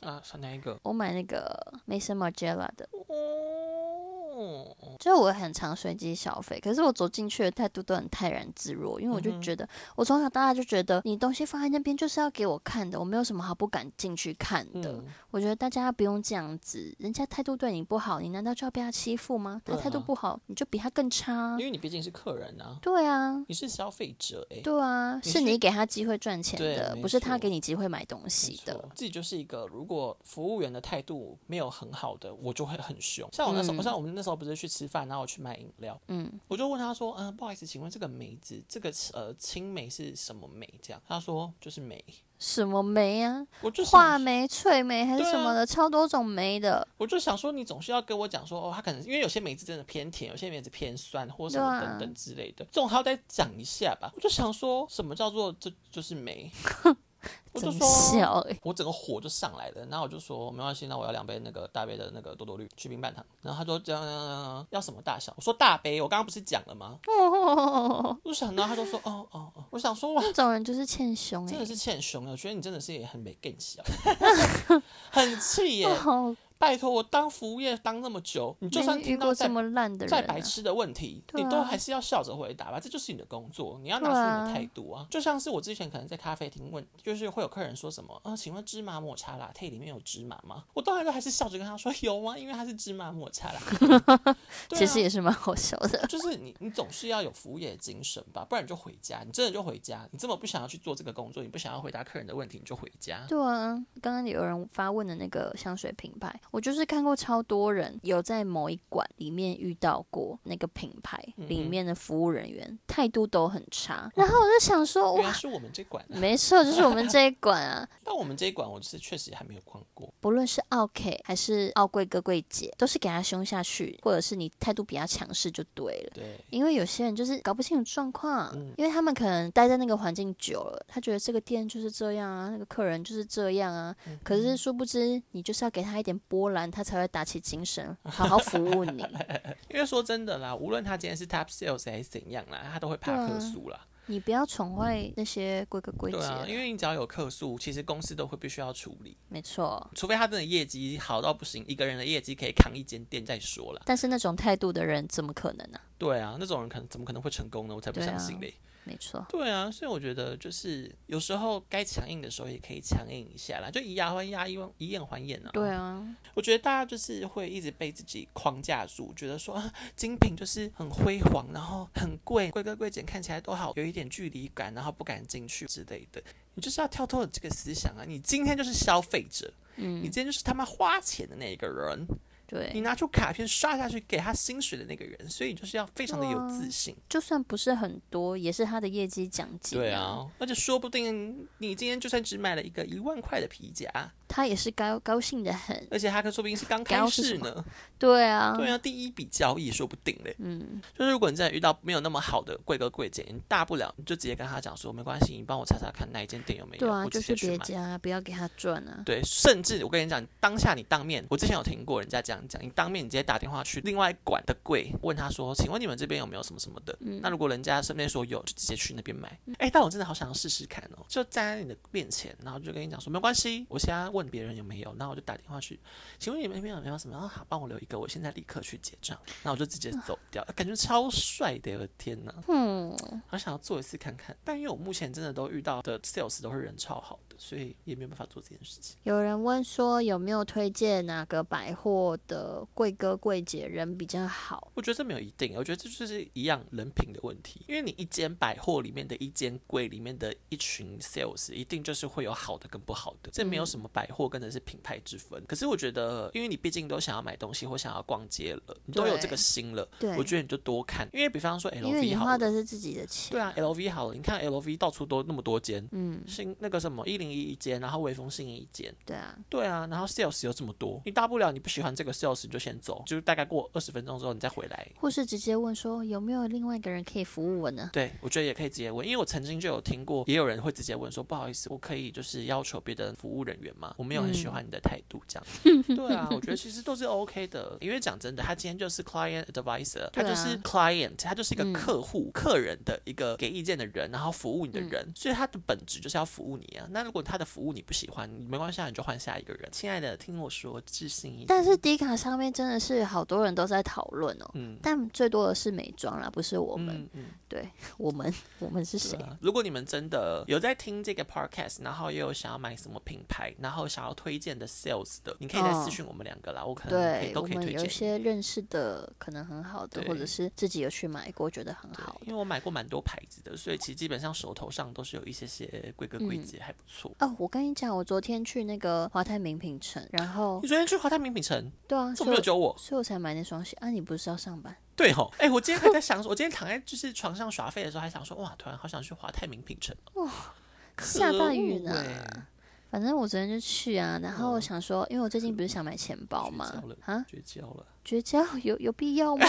Speaker 3: 啊？是哪一个？
Speaker 1: 我买那个 Mason Margiela 的，
Speaker 3: 哦，
Speaker 1: 就是我很常随机消费，可是我走进去的态度都很泰然自若，因为我
Speaker 3: 嗯
Speaker 1: 就觉得、我从小到大就觉得你东西放在那边就是要给我看的，我没有什么好不敢进去看的。
Speaker 3: 嗯
Speaker 1: 我觉得大家不用这样子，人家态度对你不好，你难道就要被他欺负吗？他
Speaker 3: 对啊
Speaker 1: 态度不好，你就比他更差啊。
Speaker 3: 因为你毕竟是客人啊，
Speaker 1: 对啊，
Speaker 3: 你是消费者哎、
Speaker 1: 对啊，
Speaker 3: 你
Speaker 1: 是
Speaker 3: 是
Speaker 1: 你给他机会赚钱
Speaker 3: 对
Speaker 1: 的，
Speaker 3: 没
Speaker 1: 不是他
Speaker 3: 错
Speaker 1: 给你机会买东
Speaker 3: 没
Speaker 1: 西
Speaker 3: 错
Speaker 1: 的。
Speaker 3: 自己就是一个，如果服务员的态度没有很好的，我就会很凶。像我那时候，
Speaker 1: 嗯
Speaker 3: 像我们那时候不是去吃饭，然后我去买饮料，
Speaker 1: 嗯，
Speaker 3: 我就问他说，嗯、不好意思，请问这个梅子，这个呃青梅是什么梅？这样，他说就是梅，
Speaker 1: 什么梅啊，
Speaker 3: 我就
Speaker 1: 画
Speaker 3: 想，
Speaker 1: 眉、翠眉还是
Speaker 3: 对
Speaker 1: 什么
Speaker 3: 啊
Speaker 1: 的，超多种梅的。
Speaker 3: 我就想说，你总是要跟我讲说，哦，他可能因为有些梅子真的偏甜，有些梅子偏酸，或什么
Speaker 1: 对啊
Speaker 3: 等等之类的，这种还要再讲一下吧。我就想说什么叫做这就 是梅，我就
Speaker 1: 真
Speaker 3: 说啊
Speaker 1: 笑欸
Speaker 3: 我整个火就上来了，然后我就说没关系，那我要两杯那个大杯的那个多多绿去冰半糖。然后他说这样这样这样这样要什么大小？我说大杯，我刚刚不是讲了吗？
Speaker 1: 哦，
Speaker 3: 我就想到他就说哦哦哦，我想说哇，
Speaker 1: 这种人就是欠凶哎、
Speaker 3: 真的是欠凶我觉得你真的是也很没更小， 很气 耶！
Speaker 1: 好，
Speaker 3: 拜托，我当服务业当那么久，你就算
Speaker 1: 欸哦没遇
Speaker 3: 听到
Speaker 1: 过这
Speaker 3: 再
Speaker 1: 么烂的人、
Speaker 3: 再
Speaker 1: 啊
Speaker 3: 白，痴的问题，
Speaker 1: 对啊
Speaker 3: 你都还是要笑着回答吧，这就是你的工作，你要拿
Speaker 1: 对
Speaker 3: 出
Speaker 1: 啊
Speaker 3: 你的态度啊。就像是我之前可能在咖啡厅问，就是会有客人说什么啊、请问芝麻抹茶拿铁里面有芝麻吗？我当然都还是笑着跟他说 有啊，因为它是芝麻抹 茶拿铁。对啊
Speaker 1: 其实也是蛮好笑的。
Speaker 3: 就是你，你总是要有服务业的精神吧，不然你就回家，你真的就回家。你这么不想要去做这个工作，你不想要回答客人的问题，你就回家。
Speaker 1: 对啊，刚刚有人发问的那个香水品牌，我就是看过超多人有在某一馆里面遇到过那个品牌
Speaker 3: 嗯
Speaker 1: 里面的服务人员态度都很差，然后我就想说
Speaker 3: 原来
Speaker 1: 哇，
Speaker 3: 是我们这馆、啊，
Speaker 1: 没错，就是我们这一馆啊，
Speaker 3: 但我们这一馆我是确实还没有逛过。
Speaker 1: 不论是奥 K 还是奥贵哥贵姐，都是给他凶下去，或者是你态度比较强势就对了。
Speaker 3: 对，
Speaker 1: 因为有些人就是搞不清楚状况，
Speaker 3: 嗯
Speaker 1: 因为他们可能待在那个环境久了，他觉得这个店就是这样啊，那个客人就是这样啊。
Speaker 3: 嗯
Speaker 1: 可是殊不知，你就是要给他一点波澜，他才会打起精神，好好服务 你。
Speaker 3: 因为说真的啦，无论他今天是 top sales 还是怎样啦，他都会怕
Speaker 1: 对啊
Speaker 3: 客诉啦。
Speaker 1: 你不要宠坏那些规格规矩
Speaker 3: 对啊，因
Speaker 1: 为
Speaker 3: 为你只要有客诉，其实公司都会必须要处理，
Speaker 1: 没错。
Speaker 3: 除非他真的业绩好到不行，一个人的业绩可以扛一间店再说啦。
Speaker 1: 但是那种态度的人怎么可能呢、
Speaker 3: 对啊，那种人可能怎么可能会成功呢？我才不
Speaker 1: 对啊
Speaker 3: 相信嘞。
Speaker 1: 没错，
Speaker 3: 对啊，所以我觉得就是有时候该强硬的时候也可以强硬一下啦，就以牙还牙，以眼以眼还眼啊。
Speaker 1: 对啊，
Speaker 3: 我觉得大家就是会一直被自己框架住，觉得说啊，精品就是很辉煌，然后很贵，贵哥贵姐看起来都好，有一点距离感，然后不敢进去之类的。你就是要跳脱这个思想啊！你今天就是消费者，你
Speaker 1: 嗯，
Speaker 3: 今天就是他妈花钱的那个人，你
Speaker 1: 对，
Speaker 3: 拿出卡片刷下去给他薪水的那个人，所以你就是要非常的有自信。
Speaker 1: 就算不是很多，也是他的业绩奖金、
Speaker 3: 对，啊，而且说不定你今天就算只买了一个一万块的皮夹，
Speaker 1: 他也是高高兴的很。
Speaker 3: 而且他说不定是刚开
Speaker 1: 高是
Speaker 3: 始
Speaker 1: 什么
Speaker 3: 呢，
Speaker 1: 对啊，
Speaker 3: 对啊，第一笔交易说不定嘞。
Speaker 1: 嗯，
Speaker 3: 就是如果你真的遇到没有那么好的贵哥贵姐，你大不了你就直接跟他讲说，没关系，你帮我查查看哪一间店有没有，
Speaker 1: 对啊，
Speaker 3: 我
Speaker 1: 就
Speaker 3: 直
Speaker 1: 是
Speaker 3: 接去
Speaker 1: 别
Speaker 3: 买。
Speaker 1: 家不要给他赚啊。
Speaker 3: 对，甚至我跟你讲，当下你当面，我之前有听过人家这样讲，你当面你直接打电话去另外一馆的柜问他说，请问你们这边有没有什么什么的？那如果人家身边说有，就直接去那边买。哎、但我真的好想要试试看哦，就站在你的面前，然后就跟你讲说，没关系，我现在问别人有没有，然后我就打电话去，请问你们那边有没有什么？啊，好，帮我留一个，我现在立刻去结账，然后我就直接走掉，感觉超帅的，我的天哪！
Speaker 1: 嗯，
Speaker 3: 好想要做一次看看，但因为我目前真的都遇到的 sales 都是人超好的，所以也没有办法做这件事情。
Speaker 1: 有人问说有没有推荐哪个百货的贵哥贵姐人比较好？
Speaker 3: 我觉得这没有一定，我觉得这就是一样人品的问题。因为你一间百货里面的一间柜里面的一群 sales，一定就是会有好的跟不好的，这没
Speaker 1: 嗯
Speaker 3: 有什么百货跟的是品牌之分。可是我觉得，因为你毕竟都想要买东西或想要逛街了，你都有这个心了，
Speaker 1: 对
Speaker 3: 我，觉得你就多看。因为比方说
Speaker 1: 因为你
Speaker 3: LV 好
Speaker 1: 花
Speaker 3: 了，
Speaker 1: 的是自己的钱。
Speaker 3: 对啊，LV 好了，你看 LV 到处都那么多间，
Speaker 1: 嗯，
Speaker 3: 新那个什么一零一一间，然后微风信义一间，
Speaker 1: 对啊，
Speaker 3: 对啊，然后 sales 有这么多，你大不了你不喜欢这个 sales 你就先走，就是大概过二十分钟之后你再回来。
Speaker 1: 或是直接问说有没有另外一个人可以服务我呢？
Speaker 3: 对，我觉得也可以直接问，因为我曾经就有听过，也有人会直接问说，不好意思，我可以就是要求别的服务人员吗？我没有很喜
Speaker 1: 嗯
Speaker 3: 欢你的态度，这样。 对啊，我觉得其实都是 OK 的，因为讲真的，他今天就是 client advisor，他
Speaker 1: 对啊
Speaker 3: 就是 client，他就是一个
Speaker 1: 嗯
Speaker 3: 客户、客人的一个给意见的人，然后服务你的
Speaker 1: 嗯
Speaker 3: 人，所以他的本质就是要服务你啊。那如果他的服务你不喜欢，你没关系，啊，你就换下一个人。亲爱的，听我说，自信一点。
Speaker 1: 但是迪卡上面真的是好多人都在讨论哦，
Speaker 3: 嗯。
Speaker 1: 但最多的是美妆啦，不是我们，
Speaker 3: 嗯嗯，
Speaker 1: 我们我们是谁
Speaker 3: 对？啊。如果你们真的有在听这个 podcast，然后也有想要买什么品牌，然后想要推荐的 sales 的，你可以再私讯我们两个啦，我可能嗯可以
Speaker 1: 嗯对，
Speaker 3: 都
Speaker 1: 我
Speaker 3: 可以
Speaker 1: 们
Speaker 3: 推
Speaker 1: 有一
Speaker 3: 荐你。
Speaker 1: 些认识的可能很好的，
Speaker 3: 对
Speaker 1: 或者是自己有去买过，觉得很
Speaker 3: 对
Speaker 1: 好
Speaker 3: 因为我买过蛮多牌子的，所以其实基本上手头上都是有一些些贵哥贵姐，还不错。
Speaker 1: 哦。我跟你讲，我昨天去那个华泰名品城，然后
Speaker 3: 你昨天去华泰名品城，
Speaker 1: 对啊，
Speaker 3: 怎
Speaker 1: 所以
Speaker 3: 么没有
Speaker 1: 我
Speaker 3: 揪我？
Speaker 1: 所以我才买那双鞋啊。你不是要上班？
Speaker 3: 对吼，哎、我今天还在想说，我今天躺在就是床上耍废的时候，还想说，哇，突然好想去华泰名品城哦，
Speaker 1: 下
Speaker 3: 可
Speaker 1: 大雨
Speaker 3: 恶
Speaker 1: 呢
Speaker 3: 欸
Speaker 1: 反正我昨天就去啊，然后
Speaker 3: 哦
Speaker 1: 我想说，因为我最近不是想买钱包
Speaker 3: 绝
Speaker 1: 嘛
Speaker 3: 交了，
Speaker 1: 啊，
Speaker 3: 绝交了。
Speaker 1: 绝交有有必要 吗？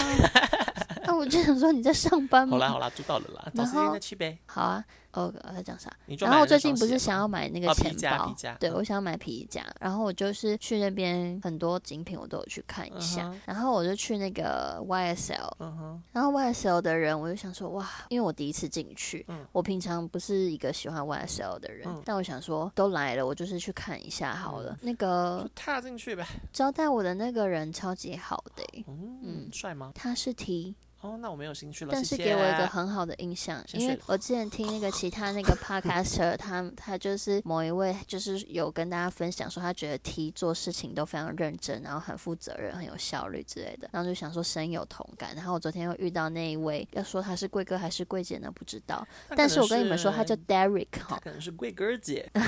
Speaker 1: 那我就想说你在上班
Speaker 3: 好
Speaker 1: 吗？
Speaker 3: 啦好啦，知道了啦，找
Speaker 1: 嗯然
Speaker 3: 时间
Speaker 1: 后
Speaker 3: 再去呗。
Speaker 1: 好啊，哦，我要讲啥？
Speaker 3: 你就
Speaker 1: 然
Speaker 3: 买
Speaker 1: 后我
Speaker 3: 了
Speaker 1: 最
Speaker 3: 那
Speaker 1: 近
Speaker 3: 双
Speaker 1: 不
Speaker 3: 鞋
Speaker 1: 是想
Speaker 3: 吗
Speaker 1: 要买那个
Speaker 3: 哦皮
Speaker 1: 钱
Speaker 3: 夹
Speaker 1: 包，
Speaker 3: 皮夹
Speaker 1: 对
Speaker 3: 嗯
Speaker 1: 我想要买皮夹，然后我就是去那边很多精品我都有去看一下，
Speaker 3: 嗯哼
Speaker 1: 然后我就去那个 YSL，、
Speaker 3: 嗯哼，
Speaker 1: 然后 YSL 的人我就想说哇，因为我第一次进去，
Speaker 3: 嗯
Speaker 1: 我平常不是一个喜欢 YSL 的人，
Speaker 3: 嗯
Speaker 1: 但我想说都来了，我就是去看一下好了。那个
Speaker 3: 就踏进去呗。
Speaker 1: 招待我的那个人超级好的欸、
Speaker 3: 嗯，帅吗？
Speaker 1: 他是 T，
Speaker 3: 哦，那我没有兴趣了。
Speaker 1: 但
Speaker 3: 谢
Speaker 1: 是
Speaker 3: 谢
Speaker 1: 给我一个很好的印象，
Speaker 3: 先
Speaker 1: 因
Speaker 3: 睡
Speaker 1: 为
Speaker 3: 了
Speaker 1: 我之前听那个其他那个 podcaster，他他就是某一位，就是有跟大家分享说，他觉得 T 做事情都非常认真，然后很负责任，很有效率之类的，然后就想说深有同感。然后我昨天又遇到那一位，要说他是贵哥还是贵姐呢？不知道，
Speaker 3: 那
Speaker 1: 但
Speaker 3: 可
Speaker 1: 是
Speaker 3: 能
Speaker 1: 我跟你们说，他 叫 Derek
Speaker 3: 他
Speaker 1: 哈、
Speaker 3: 可能是贵哥姐，
Speaker 1: 嗯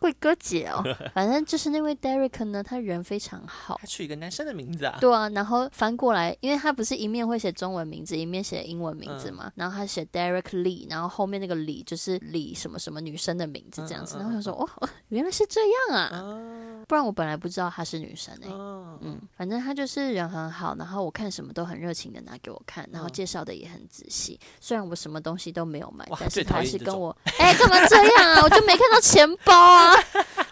Speaker 1: 贵哥姐 哦，反正就是那位 Derek 呢，他人非常好。
Speaker 3: 他取一个男生的名字啊。
Speaker 1: 对啊，然后翻过来，因为他不是一面会写中文名字，一面写英文名
Speaker 3: 嗯
Speaker 1: 字嘛。然后他写 Derek Lee，然后后面那个李就是李什么什么女生的名字这样子。
Speaker 3: 嗯嗯嗯哦
Speaker 1: 然后我想说，哦，原来是这样啊，不然我本来不知道她是女生诶、
Speaker 3: 嗯，
Speaker 1: 嗯，反正她就是人很好，然后我看什么都很热情的拿给我看，
Speaker 3: 嗯
Speaker 1: 然后介绍的也很仔细。虽然我什么东西都没有买
Speaker 3: 哇，
Speaker 1: 但是
Speaker 3: 最讨
Speaker 1: 她还
Speaker 3: 厌
Speaker 1: 是
Speaker 3: 这
Speaker 1: 跟
Speaker 3: 种
Speaker 1: 我，哎、干嘛这样啊？我就没看到钱包啊，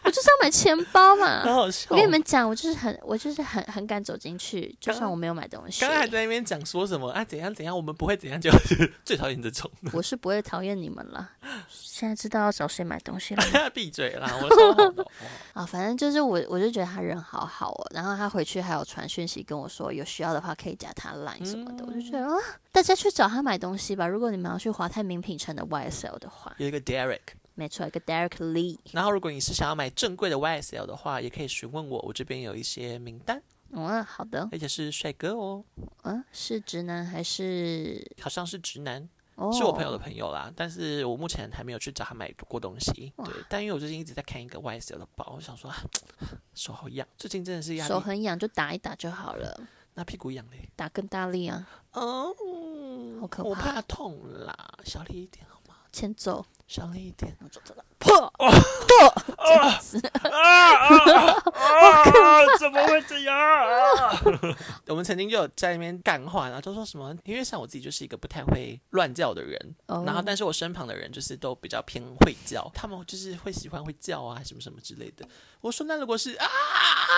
Speaker 1: 我就就是要买钱包 嘛。
Speaker 3: 很好笑。
Speaker 1: 嗯我跟你们讲，我就是很，我就是很很敢走进去，就算我没有买东西
Speaker 3: 刚。刚还在那边讲说什么啊？怎样怎样？我们不会怎样，就是最讨厌这种。
Speaker 1: 我是不会讨厌你们了。现在知道要找谁买东西 了吗
Speaker 3: 闭嘴啦！我说好的哦，
Speaker 1: 啊，反正就是我，我就觉得他人好好哦。然后他回去还有传讯息跟我说，有需要的话可以加他 line 什么的。我就觉得
Speaker 3: 嗯
Speaker 1: 啊，大家去找他买东西吧。如果你们要去华泰名品城的 YSL 的话，
Speaker 3: 有一个 Derek。
Speaker 1: 没错，一个 Derek Lee，
Speaker 3: 然后，如果你是想要买正规的 YSL 的话，也可以询问我，我这边有一些名单，
Speaker 1: 嗯，好的，
Speaker 3: 而且是帅哥哦，
Speaker 1: 嗯，是直男还是？
Speaker 3: 好像是直男，
Speaker 1: 哦，
Speaker 3: 是我朋友的朋友啦。但是我目前还没有去找他买过东西，对。但因为我最近一直在看一个 YSL 的包，我想说啊，手好痒，最近真的是压
Speaker 1: 手
Speaker 3: 力，
Speaker 1: 很痒就打一打就好了，
Speaker 3: 那屁股痒嘞，
Speaker 1: 打更大力啊，
Speaker 3: 嗯，
Speaker 1: 好可
Speaker 3: 我
Speaker 1: 怕
Speaker 3: 怕痛啦，小力一点好吗？
Speaker 1: 欠揍，
Speaker 3: 小力一点，
Speaker 1: 我就真的 破 破，这样子
Speaker 2: 啊！怎么会这样啊？
Speaker 3: 我们曾经就有在那边干话，然后就说什么，因为像我自己就是一个不太会乱叫的人，
Speaker 1: 哦
Speaker 3: 然后，但是我身旁的人就是都比较偏会叫，他们就是会喜欢会叫啊，什么什么之类的。我说，那如果是啊啊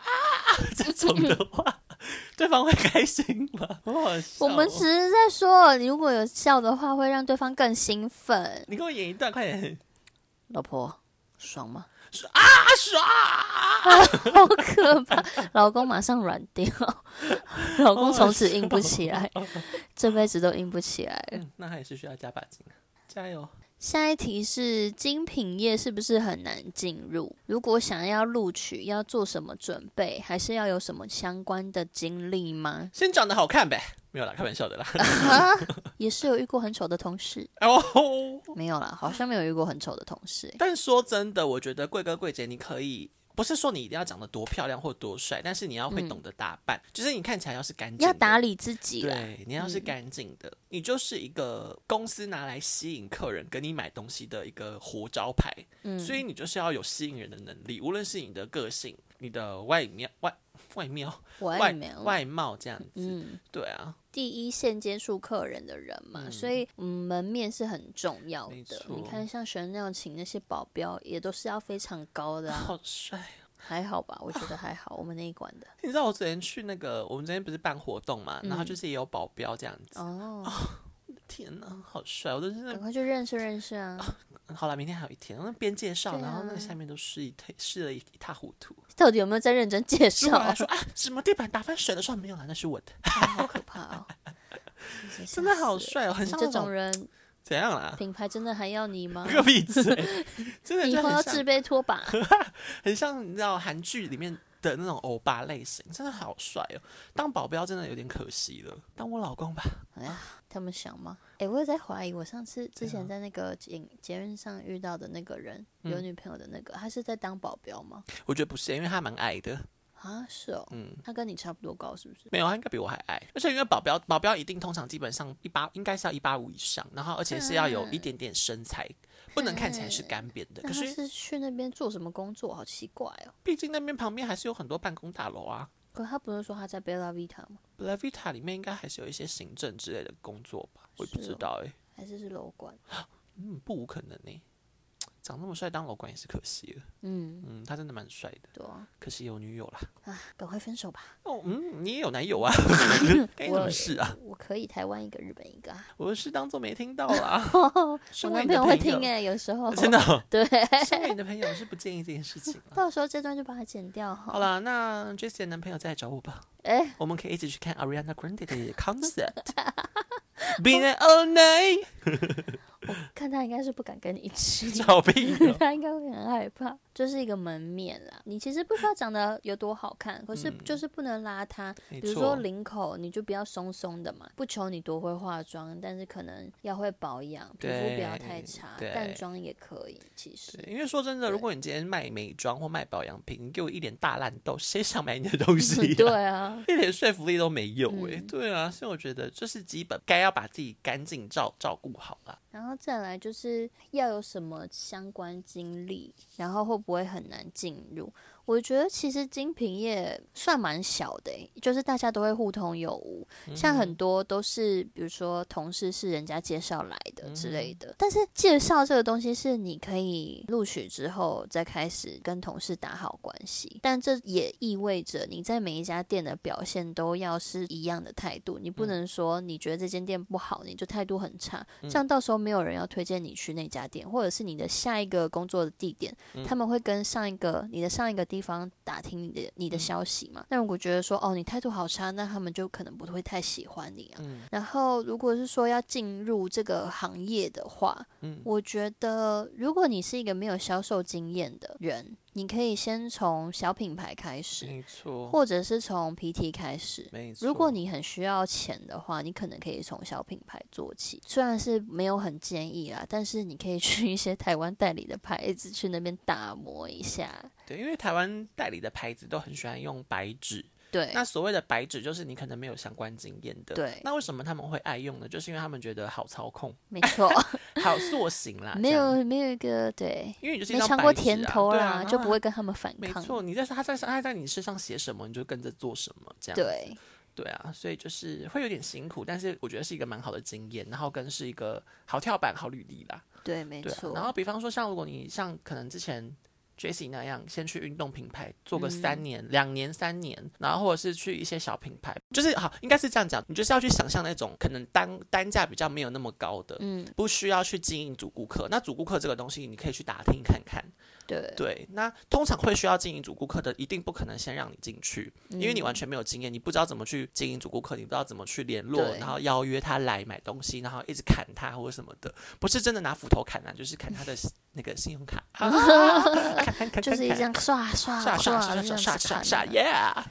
Speaker 3: 啊这种的话， 对方会开心吗？ 好好 笑
Speaker 1: 我
Speaker 3: 哦
Speaker 1: 们只是在说，你如果有笑的话，会让对方更兴奋。
Speaker 3: 你给我演一段，快点！
Speaker 1: 老婆，爽吗？
Speaker 3: 啊爽！
Speaker 1: 好可怕！老公马上软 掉，老公从此硬不起来，
Speaker 3: 哦
Speaker 1: 这辈子都硬不起来了。
Speaker 3: 嗯，那还是需要加把劲啊，加油！
Speaker 1: 下一题是精品业是不是很难进入？如果想要录取，要做什么准备？还是要有什么相关的经历吗？
Speaker 3: 先长得好看呗，没有啦，开玩笑的啦。
Speaker 1: 啊，也是有遇过很丑的同事，
Speaker 3: 哦，
Speaker 1: 没有啦，好像没有遇过很丑的同事、欸
Speaker 3: 但说真的，我觉得贵哥贵姐，你可以不是说你一定要长得多漂亮或多帅，但是你要会懂得打扮，就是你看起来要是干净
Speaker 1: 嗯
Speaker 3: 的，
Speaker 1: 要打理啊嗯自己啦。
Speaker 3: 对，你要是干净的，你就是一个公司拿来吸引客人跟你买东西的一个活招牌，
Speaker 1: 嗯
Speaker 3: 所以你就是要有吸引人的能力，无论是你的个性、你的外面外外貌、
Speaker 1: 我爱
Speaker 3: 外
Speaker 1: 你们。哦
Speaker 3: 外貌这样子，
Speaker 1: 嗯，
Speaker 3: 对啊，
Speaker 1: 第一线接触客人的人嘛，所以嗯，门面是很重要
Speaker 3: 没
Speaker 1: 的
Speaker 3: 错。
Speaker 1: 你看，像玄那样请那些保镖，也都是要非常高的、啊，
Speaker 3: 好帅。
Speaker 1: 还好吧？我觉得还好，我们那一馆的
Speaker 3: 你知道我昨天去那个，我们昨天不是办活动嘛，然后
Speaker 1: 嗯
Speaker 3: 就是也有保镖这样子，
Speaker 1: 哦，
Speaker 3: 天哪，好帅！我都是 那
Speaker 1: 赶快去认识认识啊！
Speaker 3: 好了，明天还有一天，那边介绍，
Speaker 1: 对啊
Speaker 3: 然后那个下面都是一试了一一塌糊涂。
Speaker 1: 到底有没有在认真介
Speaker 3: 主管
Speaker 1: 绍
Speaker 3: 还？说啊，什么地板打翻水了，说没有啦，那是我的，
Speaker 1: 哎好可怕 哦！
Speaker 3: 真的好
Speaker 1: 吓死
Speaker 3: 帅哦，
Speaker 1: 了！
Speaker 3: 很
Speaker 1: 你
Speaker 3: 像
Speaker 1: 这
Speaker 3: 那种
Speaker 1: 种人，
Speaker 3: 怎样啦？
Speaker 1: 品牌真的还要你吗
Speaker 3: 给？我闭 嘴！真的
Speaker 1: 以
Speaker 3: 就
Speaker 1: 后要
Speaker 3: 很
Speaker 1: 自
Speaker 3: 像，
Speaker 1: 卑拖 把。
Speaker 3: 很像你知道韩剧里面的那种欧巴类型，真的好帅哦。当保镖真的有点可惜了，当我老公吧。
Speaker 1: 哎呀，他们想吗？哎、我也在怀疑，我上次之前在那个捷捷运上遇到的那个人，有
Speaker 3: 嗯
Speaker 1: 女朋友的那个，他是在当保镖吗？
Speaker 3: 我觉得不是，因为他蛮矮的，
Speaker 1: 啊，是哦，
Speaker 3: 嗯，
Speaker 1: 他跟你差不多高，是不是？
Speaker 3: 没有，他应该比我还矮。而且因为保镖，保镖一定通常基本上一八，应该是要一八五以上，然后而且是要有一点点身材，不能看起来是干瘪嗯的。
Speaker 1: 那
Speaker 3: 可
Speaker 1: 他
Speaker 3: 是
Speaker 1: 是去那边做什么工作？好奇怪哦。
Speaker 3: 毕竟那边旁边还是有很多办公大楼啊。
Speaker 1: 可他不是说他在 Bella Vita 吗？
Speaker 3: La Vita 里面应该还是有一些行政之类的工作吧，我也不
Speaker 1: 是
Speaker 3: 知
Speaker 1: 哦
Speaker 3: 道哎、
Speaker 1: 还是是楼管？
Speaker 3: 嗯，不无可能呢、长那么帅当老管也是可惜了。
Speaker 1: 嗯，
Speaker 3: 嗯，他真的蛮帅的，
Speaker 1: 对啊，
Speaker 3: 可惜有女友啦。
Speaker 1: 啊，赶快分手吧！
Speaker 3: 哦，嗯，你也有男友 啊？干你什么事啊？
Speaker 1: 我可以台湾一个，日本一 个、啊。
Speaker 3: 我是当做没听到 啦。
Speaker 1: 我
Speaker 3: 身
Speaker 1: 男
Speaker 3: 为
Speaker 1: 朋
Speaker 3: 你的
Speaker 1: 友会听
Speaker 3: 友
Speaker 1: 哎、有时候
Speaker 3: 真的 哦、
Speaker 1: 对，
Speaker 3: 身为你的朋友是不建议这件事情 啊。
Speaker 1: 到时候这段就把它剪掉哈。
Speaker 3: 好，啦，那 Jessie 的男朋友再来找我吧，
Speaker 1: 哎、
Speaker 3: 我们可以一起去看 Ariana Grande 的 concert。Been there all night，
Speaker 1: 看他应该是不敢跟你一起。
Speaker 3: 找屁哦
Speaker 1: 他应该会很害怕，就是一个门面啦。你其实不需要长得有多好看，可是就是不能邋遢。
Speaker 3: 嗯没
Speaker 1: 比如说
Speaker 3: 错，
Speaker 1: 领口，你就不要松松的嘛，不求你多会化妆，但是可能要会保养，皮肤不要太
Speaker 3: 对
Speaker 1: 差，
Speaker 3: 对
Speaker 1: 淡妆也可以。其
Speaker 3: 对
Speaker 1: 实
Speaker 3: 因为说真的，如果你今天卖美妆或卖保养品，你给我一脸大烂痘， 谁想买你的东 西、
Speaker 1: 对，啊，
Speaker 3: 一点说服力都没有哎、
Speaker 1: 嗯
Speaker 3: 对啊，所以我觉得这是基本，该要把自己干净照照顾好啦。
Speaker 1: 然后再来就是要有什么相关经历，然后会不会很难进入？我觉得其实精品业算蛮小的、欸，就是大家都会互通有无，像很多都是比如说同事是人家介绍来的之类的，但是介绍这个东西是你可以录取之后再开始跟同事打好关系，但这也意味着你在每一家店的表现都要是一样的态度，你不能说你觉得这间店不好，你就态度很差，这样到时候没有人要推荐你去那家店，或者是你的下一个工作的地点，他们会跟上一个你的上一个地方打听你的你的消息嘛。那如果觉得说哦你态度好差，那他们就可能不会太喜欢你啊。然后如果是说要进入这个行业的话，
Speaker 3: 嗯
Speaker 1: 我觉得如果你是一个没有销售经验的人，你可以先从小品牌开始，
Speaker 3: 没错，
Speaker 1: 或者是从 PT 开始。
Speaker 3: 没错。
Speaker 1: 如果你很需要钱的话，你可能可以从小品牌做起，虽然是没有很建议啦，但是你可以去一些台湾代理的牌子去那边打磨一下。
Speaker 3: 对，因为台湾代理的牌子都很喜欢用白纸，
Speaker 1: 对，
Speaker 3: 那所谓的白纸就是你可能没有相关经验的。
Speaker 1: 对
Speaker 3: 那为什么他们会爱用呢？就是因为他们觉得好操控，
Speaker 1: 没 错，
Speaker 3: 好塑形啦。
Speaker 1: 没
Speaker 3: 这样，
Speaker 1: 有没有一个对，
Speaker 3: 因为你就是一
Speaker 1: 没
Speaker 3: 张
Speaker 1: 尝
Speaker 3: 白
Speaker 1: 过
Speaker 3: 纸
Speaker 1: 甜
Speaker 3: 啊
Speaker 1: 头
Speaker 3: 对
Speaker 1: 啦，
Speaker 3: 啊，
Speaker 1: 就不
Speaker 3: 会。
Speaker 1: 会跟他们反
Speaker 3: 没
Speaker 1: 抗。
Speaker 3: 错，你在他在他在你身上写什么，你就跟着做什么，这样子
Speaker 1: 对，
Speaker 3: 对啊，所以就是会有点辛苦，但是我觉得是一个蛮好的经验，然后跟是一个好跳板、好履历啦。
Speaker 1: 对，没
Speaker 3: 对、啊
Speaker 1: 错。，
Speaker 3: 然后比方说像如果你像可能之前 Jessie 那样，先去运动品牌做
Speaker 1: 嗯
Speaker 3: 个三年、两年、三年，然后或者是去一些小品牌，就是好，应该是这样讲，你就是要去想象那种可能单单价比较没有那么高的，
Speaker 1: 嗯，
Speaker 3: 不需要去经营主顾客。那主顾客这个东西，你可以去打听看看。
Speaker 1: 对，
Speaker 3: 对，那通常会需要经营主顾客的，一定不可能先让你进去，
Speaker 1: 嗯
Speaker 3: 因为你完全没有经验，你不知道怎么去经营主顾客，你不知道怎么去联络，
Speaker 1: 对
Speaker 3: 然后邀约他来买东西，然后一直砍他或者什么的，不是真的拿斧头砍啊，就是砍他的那个信 用卡，啊、砍砍砍砍
Speaker 1: 就是一
Speaker 3: 砍
Speaker 1: 这样刷啊刷
Speaker 3: 刷
Speaker 1: 刷
Speaker 3: 刷刷啊刷刷刷刷
Speaker 1: 耶！
Speaker 3: ，yeah。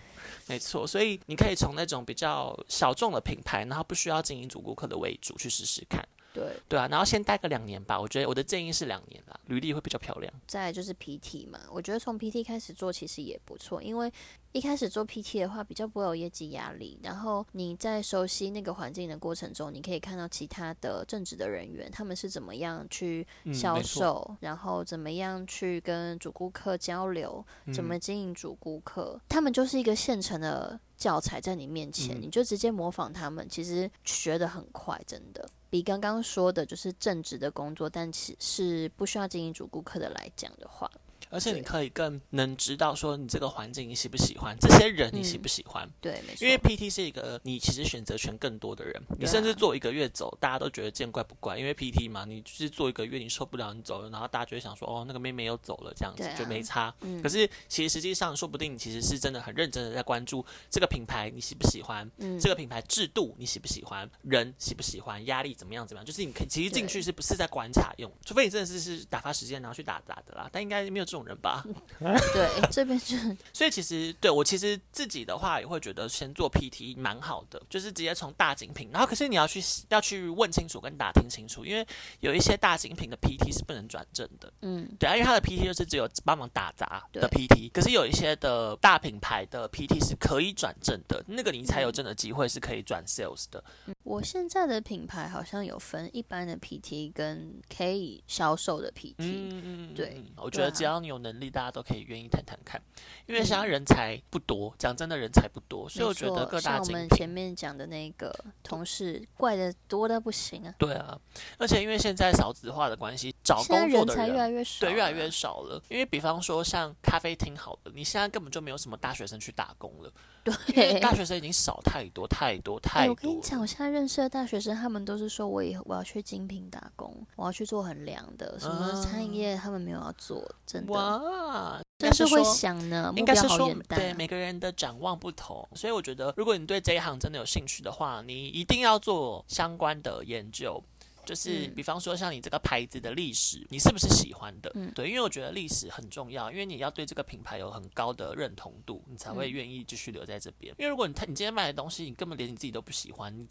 Speaker 3: 没错，所以你可以从那种比较小众的品牌，然后不需要经营主顾客的为主去试试看，
Speaker 1: 对，
Speaker 3: 对啊，然后先待个两年吧，我觉得我的建议是两年啦，履历会比较漂亮。
Speaker 1: 再来就是 PT 嘛，我觉得从 PT 开始做其实也不错，因为一开始做 PT 的话比较不会有业绩压力，然后你在熟悉那个环境的过程中，你可以看到其他的正职的人员他们是怎么样去
Speaker 3: 嗯
Speaker 1: 销
Speaker 3: 没错
Speaker 1: 售，然后怎么样去跟主顾客交流，怎
Speaker 3: 嗯
Speaker 1: 么经营主顾客，他们就是一个现成的教材在你面前，
Speaker 3: 嗯
Speaker 1: 你就直接模仿他们，其实学得很快，真的。比刚刚说的，就是正职的工作，但其是不需要经营主顾客的来讲的话，
Speaker 3: 而且你
Speaker 1: 对
Speaker 3: 可以更能知道说你这个环境你喜不喜欢，这些人你喜
Speaker 1: 嗯
Speaker 3: 不喜欢。
Speaker 1: 对，没错，啊
Speaker 3: 因为 PT 是一个你其实选择权更多的人，你甚至做一个月走，大家都觉得见怪不怪，因为 PT 嘛，你就是做一个月你受不了你走了，然后大家就会想说哦那个妹妹又走了这样子、
Speaker 1: 对啊
Speaker 3: 就没差。
Speaker 1: 嗯
Speaker 3: 可是其实实际上说不定你其实是真的很认真的在关注这个品牌你喜不喜欢，
Speaker 1: 嗯
Speaker 3: 这个品牌制度你喜不喜欢，人喜不喜欢，压力怎么样怎么样，就是你可以其实进去是不是在观察用，除非你真的是是打发时间然后去打打的啦，但应该没有这种人吧。
Speaker 1: 对这边就
Speaker 3: 所以其实对我其实自己的话也会觉得先做 PT 蛮好的，就是直接从大精品，然后可是你要去要去问清楚跟打听清楚，因为有一些大精品的 PT 是不能转正的，
Speaker 1: 嗯
Speaker 3: 对啊，因为它的 PT 就是只有帮忙打杂的
Speaker 1: 对
Speaker 3: PT，可是有一些的大品牌的 PT 是可以转正的，那个你才
Speaker 1: 嗯
Speaker 3: 有真的机会是可以转 sales 的，
Speaker 1: 我现在的品牌好像有分一般的 PT 跟可以销售的 PT，、
Speaker 3: 嗯，
Speaker 1: 对
Speaker 3: 嗯我觉
Speaker 1: 对
Speaker 3: 得
Speaker 1: 啊嗯
Speaker 3: 只要你有能力，大家都可以愿意谈谈看，因为现在人才不多，讲真的人才不多，所以我
Speaker 1: 没
Speaker 3: 觉得
Speaker 1: 错，
Speaker 3: 各大
Speaker 1: 像我
Speaker 3: 精
Speaker 1: 们
Speaker 3: 品。
Speaker 1: 前面讲的那个同事，怪的多到不行啊！
Speaker 3: 对啊，而且因为现在少子化的关系，找
Speaker 1: 现在
Speaker 3: 工作
Speaker 1: 人
Speaker 3: 的
Speaker 1: 才
Speaker 3: 人
Speaker 1: 越来越少了，啊
Speaker 3: 对越来越少了。因为比方说像咖啡厅好了，你现在根本就没有什么大学生去打工了，因为
Speaker 1: 对。
Speaker 3: 大学生已经少太多太多
Speaker 1: 哎、
Speaker 3: 太
Speaker 1: 我跟
Speaker 3: 多
Speaker 1: 你讲，我
Speaker 3: 了。
Speaker 1: 现在认识的大学生，他们都是说我以后我要去精品打工，我要去做很凉的，什么餐饮业他们没有要做，真的，
Speaker 3: 嗯哇，
Speaker 1: 但是会
Speaker 3: 说
Speaker 1: 想呢，目
Speaker 3: 应该
Speaker 1: 标
Speaker 3: 是
Speaker 1: 好
Speaker 3: 说
Speaker 1: 远，大。啊
Speaker 3: 对每个人的展望不同，所以我觉得，如果你对这一行真的有兴趣的话，你一定要做相关的研究。就是
Speaker 1: 嗯
Speaker 3: 比方说，像你这个牌子的历史，你是不是喜欢的？
Speaker 1: 嗯
Speaker 3: 对，因为我觉得历史很重要，因为你要对这个品牌有很高的认同度，你才会
Speaker 1: 嗯
Speaker 3: 愿意继续留在这边。因为如果你太你今天卖的东西，你根本连你自己都不喜欢，你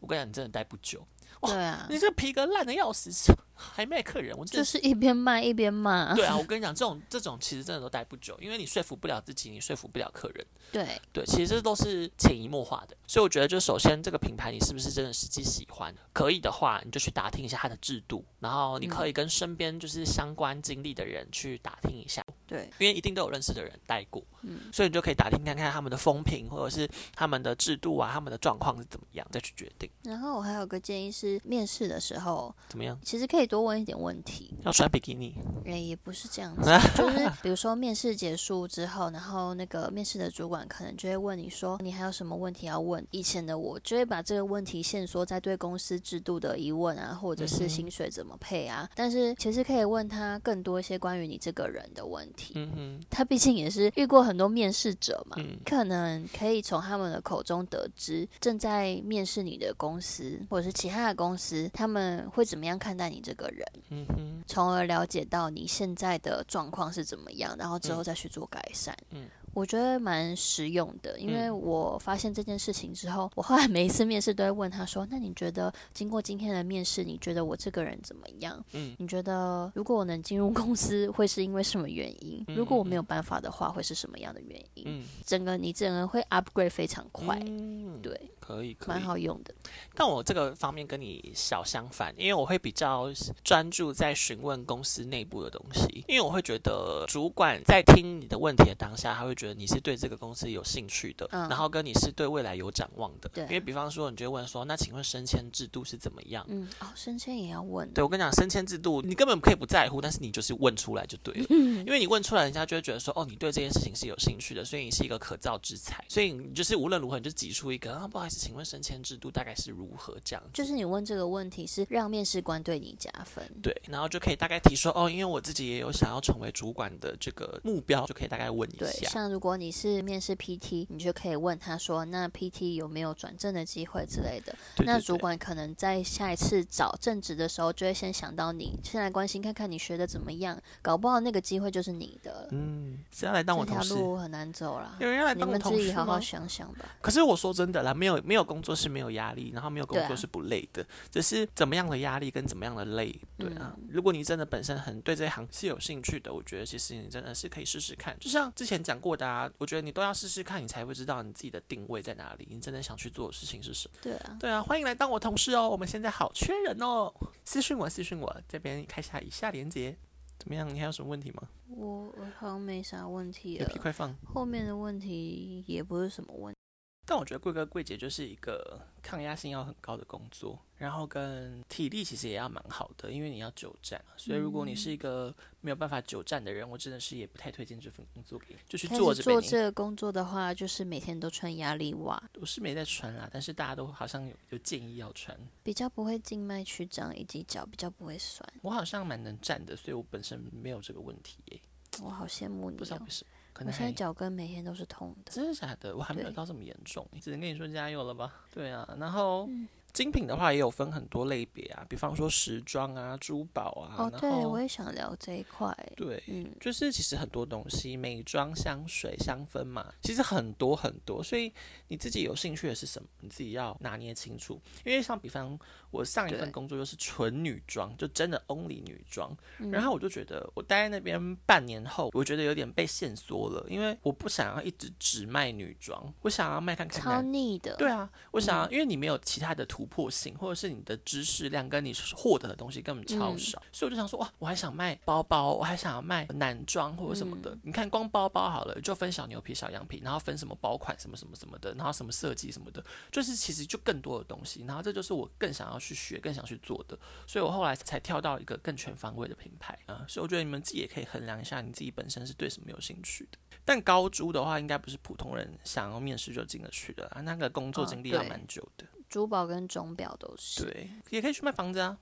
Speaker 3: 我跟你讲，你真的待不久。哇
Speaker 1: 对啊，
Speaker 3: 你这个皮革烂的要死，还卖客人，我真
Speaker 1: 就
Speaker 3: 的
Speaker 1: 是一边卖一边骂，
Speaker 3: 对啊，我跟你讲，这种这种其实真的都待不久，因为你说服不了自己，你说服不了客人。
Speaker 1: 对，
Speaker 3: 对，其实这都是潜移默化的，所以我觉得，就首先这个品牌你是不是真的实际喜欢？可以的话，你就去打
Speaker 1: 嗯
Speaker 3: 听一下它的制度，然后你可以跟身边就是相关经历的人去打听一下。
Speaker 1: 对，
Speaker 3: 因为一定都有认识的人待过，
Speaker 1: 嗯
Speaker 3: 所以你就可以打听看看他们的风评，或者是他们的制度啊，他们的状况是怎么样，再去决定
Speaker 1: 然后我还有个建议是，面试的时候
Speaker 3: 怎么样。
Speaker 1: 其实可以多问一点问题，
Speaker 3: 要穿比基尼，
Speaker 1: 也也不是这样子， 就是比如说面试结束之后，然后那个面试的主管可能就会问你说，你还有什么问题要问？以前的我就会把这个问题限缩在对公司制度的疑问啊，或者
Speaker 3: 嗯哼
Speaker 1: 是薪水怎么配啊，但是其实可以问他更多一些关于你这个人的问题。
Speaker 3: 嗯哼，
Speaker 1: 他毕竟也是遇过很多面试者嘛，
Speaker 3: 嗯
Speaker 1: 可能可以从他们的口中得知，正在面试你的公司或者是其他的公司，他们会怎么样看待你这个人，
Speaker 3: 嗯哼，
Speaker 1: 从而了解到你现在的状况是怎么样，然后之后再去做改善。
Speaker 3: 嗯
Speaker 1: 我觉得蛮实用的，因为
Speaker 3: 嗯
Speaker 1: 我发现这件事情之后，我后来每一次面试都会问他说：“那你觉得经过今天的面试，你觉得我这个人怎么样？
Speaker 3: 嗯
Speaker 1: 你觉得如果我能进入公司，会是因为什么原因？
Speaker 3: 嗯
Speaker 1: 如果我没有办法的话，会是什么样的原因？
Speaker 3: 嗯，
Speaker 1: 整个你整个人会 upgrade 非常快，
Speaker 3: 嗯，
Speaker 1: 对，
Speaker 3: 可以，可
Speaker 1: 蛮
Speaker 3: 以。
Speaker 1: 好用的。
Speaker 3: 但我这个方面跟你小相反，因为我会比较专注在询问公司内部的东西，因为我会觉得主管在听你的问题的当下，他会觉得你是对这个公司有兴趣的，
Speaker 1: 嗯
Speaker 3: 然后跟你是对未来有展望的。
Speaker 1: 对
Speaker 3: 因为比方说，你就会问说，那请问升迁制度是怎么样？
Speaker 1: 嗯，哦，升迁也要问，哦
Speaker 3: 对我跟你讲，升迁制度你根本可以不在乎，但是你就是问出来就对了，
Speaker 1: 嗯
Speaker 3: 因为你问出来，人家就会觉得说，哦，你对这件事情是有兴趣的，所以你是一个可造之才，所以你就是无论如何你就挤出一个啊，不好意思，请问升迁制度大概是如何这样子？
Speaker 1: 就是你问这个问题是让面试官对你加分。
Speaker 3: 对，然后就可以大概提说哦，因为我自己也有想要成为主管的这个目标，就可以大概问一
Speaker 1: 对，
Speaker 3: 下。
Speaker 1: 像如果你是面试 PT，你就可以问他说，那 PT 有没有转正的机会之类的。
Speaker 3: 对
Speaker 1: 那
Speaker 3: 对
Speaker 1: 主
Speaker 3: 对
Speaker 1: 管可能在下一次找正职的时候，就会先想到你，先来关心看看你学的怎么样，搞不好那个机会就是你的。
Speaker 3: 嗯，是要来当我
Speaker 1: 这
Speaker 3: 同
Speaker 1: 条
Speaker 3: 事，
Speaker 1: 路很难走啦，
Speaker 3: 有人要来
Speaker 1: 你
Speaker 3: 当我
Speaker 1: 们
Speaker 3: 同
Speaker 1: 自己
Speaker 3: 事
Speaker 1: 好好
Speaker 3: 吗？
Speaker 1: 想想吧。
Speaker 3: 可是我说真的啦，没有没有工作是没有压力，然后没有工
Speaker 1: 对啊
Speaker 3: 作是不累的，只是怎么样的压力跟怎么样的累，对啊。
Speaker 1: 嗯
Speaker 3: 如果你真的本身很对这一行是有兴趣的，我觉得其实你真的是可以试试看。就像之前讲过的啊，我觉得你都要试试看，你才会知道你自己的定位在哪里，你真的想去做的事情是什么。
Speaker 1: 对啊，
Speaker 3: 对啊，欢迎来当我同事哦，我们现在好缺人哦，私信我，私信我，这边开下以下连接。怎么样？你还有什么问题吗？
Speaker 1: 我我好像没啥问题
Speaker 3: 有屁
Speaker 1: 了，
Speaker 3: 快放。
Speaker 1: 后面的问题也不是什么问题。
Speaker 3: 但我觉得贵哥贵姐就是一个抗压性要很高的工作，然后跟体力其实也要蛮好的，因为你要久站，啊所以如果你是一个没有办法久站的人，我真的是也不太推荐这份工作给你，就去
Speaker 1: 但
Speaker 3: 做
Speaker 1: 是
Speaker 3: 着
Speaker 1: 做
Speaker 3: 呗。你
Speaker 1: 这个工作的话，就是每天都穿压力袜，
Speaker 3: 我是没在穿啦，但是大家都好像有有建议要穿。
Speaker 1: 比较不会静脉曲张，以及脚比较不会酸。
Speaker 3: 我好像蛮能站的，所以我本身没有这个问题耶、
Speaker 1: 我好羡慕你
Speaker 3: 不知道
Speaker 1: 哦
Speaker 3: 为！什么，
Speaker 1: 我
Speaker 3: 可能
Speaker 1: 现在
Speaker 3: 还
Speaker 1: 脚跟每天都是痛的。
Speaker 3: 真的假的？我还没有
Speaker 1: 对
Speaker 3: 到这么严重，只能跟你说加油了吧？对啊，然后、
Speaker 1: 嗯
Speaker 3: 精品的话也有分很多类别啊，比方说时装啊、珠宝啊，
Speaker 1: 哦，
Speaker 3: 然
Speaker 1: 对，我
Speaker 3: 后
Speaker 1: 也想聊这一块。
Speaker 3: 对。
Speaker 1: 嗯，
Speaker 3: 就是其实很多东西，美妆、香水、香氛嘛，其实很多很多，所以你自己有兴趣的是什么，你自己要拿捏清楚。因为像比方我上一份
Speaker 1: 对
Speaker 3: 工作就是纯女装，就真的 only 女装，然后我就觉得我待在那边半年后，我觉得有点被限缩了，因为我不想要一直只卖女装，我想要卖看看
Speaker 1: 超
Speaker 3: 男
Speaker 1: 腻的。嗯
Speaker 3: 对啊，我想要，因为你没有其他的突破性，或者是你的知识量跟你获得的东西根本超
Speaker 1: 嗯
Speaker 3: 少，所以我就想说，哇，我还想卖包包，我还想要卖男装或者什么
Speaker 1: 嗯
Speaker 3: 的。你看，光包包好了，就分小牛皮、小羊皮，然后分什么包款、什么什么什么的，然后什么设计什么的，就是其实就更多的东西。然后这就是我更想要去学、更想去做的，所以我后来才跳到一个更全方位的品牌啊、所以我觉得你们自己也可以衡量一下，你自己本身是对什么有兴趣的。但高租的话，应该不是普通人想要面试就进得去的啊，那个工作
Speaker 1: 哦
Speaker 3: 经历要
Speaker 1: 对
Speaker 3: 蛮久的。
Speaker 1: 珠宝跟钟表都是。
Speaker 3: 对，也可以去卖房子啊，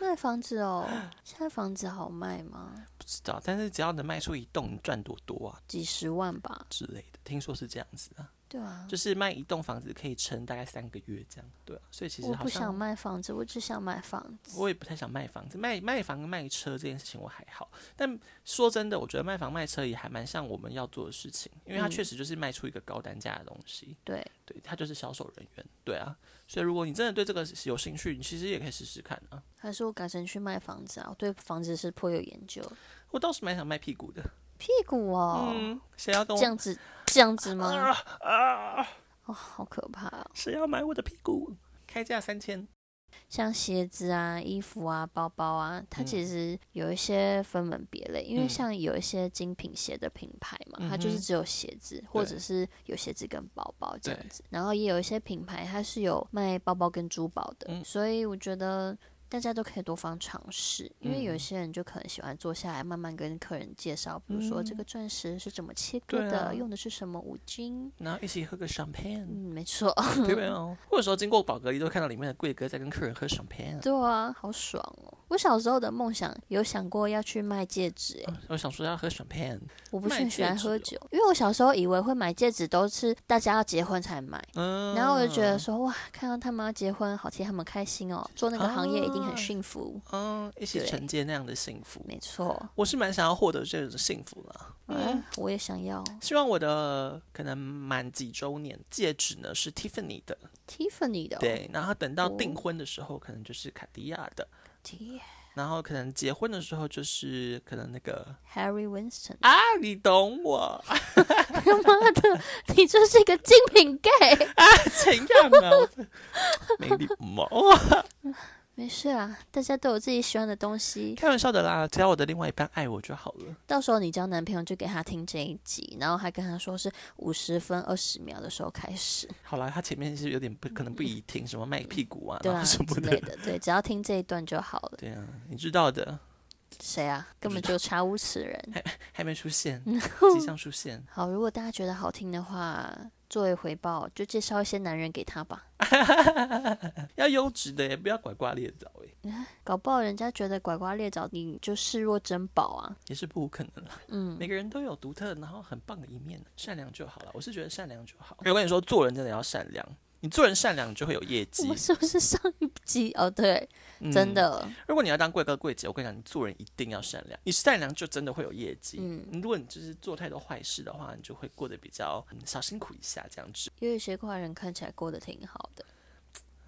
Speaker 1: 卖房子哦，现在房子好卖吗？
Speaker 3: 不知道，但是只要能卖出一栋，你赚多多啊
Speaker 1: 几十万吧。
Speaker 3: 之类的，听说是这样子啊，
Speaker 1: 对啊。
Speaker 3: 就是卖一栋房子可以撑大概三个月这样，对啊，所以其实
Speaker 1: 我
Speaker 3: 好
Speaker 1: 不想
Speaker 3: 像。
Speaker 1: 卖房子，我只想买房子。
Speaker 3: 我也不太想卖房子，卖卖房跟卖车这件事情我还好，但说真的，我觉得卖房卖车也还蛮像我们要做的事情，因为它
Speaker 1: 嗯
Speaker 3: 确实就是卖出一个高单价的东西。
Speaker 1: 对，
Speaker 3: 对，他就是销售人员，对啊。所以如果你真的对这个有兴趣，你其实也可以试试看啊。
Speaker 1: 还是我改成去卖房子啊？我对房子是颇有研究。
Speaker 3: 我倒是蛮想卖屁股的，
Speaker 1: 屁股哦，
Speaker 3: 嗯，谁要跟
Speaker 1: 这
Speaker 3: 我
Speaker 1: 样子，这样子吗？
Speaker 3: 啊？
Speaker 1: 哦，好可怕哦！
Speaker 3: 谁要买我的屁股？开价三千，
Speaker 1: 像鞋子啊、衣服啊、包包啊，它其实有一些分门别类，因为
Speaker 3: 嗯
Speaker 1: 像有一些精品鞋的品牌嘛，
Speaker 3: 嗯
Speaker 1: 它就是
Speaker 3: 哼
Speaker 1: 只有鞋子，或者是有鞋子跟包包这样
Speaker 3: 对
Speaker 1: 子。然后也有一些品牌它是有卖包包跟珠宝的，
Speaker 3: 嗯
Speaker 1: 所以我觉得。大家都可以多方尝试，因为有
Speaker 3: 嗯
Speaker 1: 些人就可能喜欢坐下来慢慢跟客人介绍，比如说这个钻石是怎么切割
Speaker 3: 嗯对
Speaker 1: 的，
Speaker 3: 啊
Speaker 1: 用的是什么五金，
Speaker 3: 然后一起喝个 champagne，
Speaker 1: 嗯，没错，
Speaker 3: 对没有？或者说经过宝格丽都会看到里面的贵哥在跟客人喝 champagne，
Speaker 1: 对啊，好爽哦！我小时候的梦想有想过要去卖戒指，诶，
Speaker 3: 嗯我想说要喝 champagne，
Speaker 1: 我不是很喜欢喝
Speaker 3: 卖戒哦
Speaker 1: 酒，因为我小时候以为会买戒指都是大家要结婚才买，
Speaker 3: 嗯，
Speaker 1: 然后我就觉得说哇，看到他们要结婚，好替他们开心哦，做那个行业一定
Speaker 3: 啊
Speaker 1: 很幸福。
Speaker 3: 嗯，一起
Speaker 1: 对
Speaker 3: 承接那样的幸福，
Speaker 1: 没错，
Speaker 3: 我是蛮想要获得这种幸福啦。
Speaker 1: 嗯，我也想要
Speaker 3: 希望我的可能满几周年戒指呢是 Tiffany 的，
Speaker 1: Tiffany 的、哦，
Speaker 3: 对，然后等到
Speaker 1: 哦
Speaker 3: 订婚的时候可能就是卡地亚的，
Speaker 1: 天
Speaker 3: 然后可能结婚的时候就是可能那个
Speaker 1: Harry Winston，
Speaker 3: 啊，你懂我啊
Speaker 1: 妈的，你就是一个精品 gay。
Speaker 3: 怎样啊？ 没礼貌，
Speaker 1: 没事啊，大家都有自己喜欢的东西。
Speaker 3: 开玩笑的啦，只要我的另外一半爱我就好了。
Speaker 1: 到时候你交男朋友就给他听这一集，然后还跟他说是五十分二十秒的时候开始，
Speaker 3: 好啦，他前面是有点不可能不宜听什么卖屁股啊，
Speaker 1: 对
Speaker 3: 然
Speaker 1: 啊
Speaker 3: 后什么
Speaker 1: 之类
Speaker 3: 的，
Speaker 1: 的，对，只要听这一段就好了。
Speaker 3: 对啊，你知道的，
Speaker 1: 谁啊？根本就查无此人。
Speaker 3: 还没出现，即将出现。
Speaker 1: 好，如果大家觉得好听的话，作为回报就介绍一些男人给他吧，
Speaker 3: 要优质的耶，不要拐瓜裂枣哎，
Speaker 1: 搞不好人家觉得拐瓜裂枣你就视若珍宝啊。
Speaker 3: 也是不可能啦。
Speaker 1: 嗯，
Speaker 3: 每个人都有独特，然后很棒的一面，善良就好了。我是觉得善良就好。我跟你说，做人真的要善良，你做人善良，你就会有业
Speaker 1: 我
Speaker 3: 绩
Speaker 1: 们。是不是上一集？哦，对，
Speaker 3: 嗯
Speaker 1: 真，的，
Speaker 3: 如果你要当贵哥贵姐，我跟你讲，你做人一定要善良，你善良就真的会有业绩。
Speaker 1: 嗯
Speaker 3: 如果你就是做太多坏事的话，你就会过得比较、嗯、小辛苦一下这样子。
Speaker 1: 因为有一些坏人看起来过得挺好的，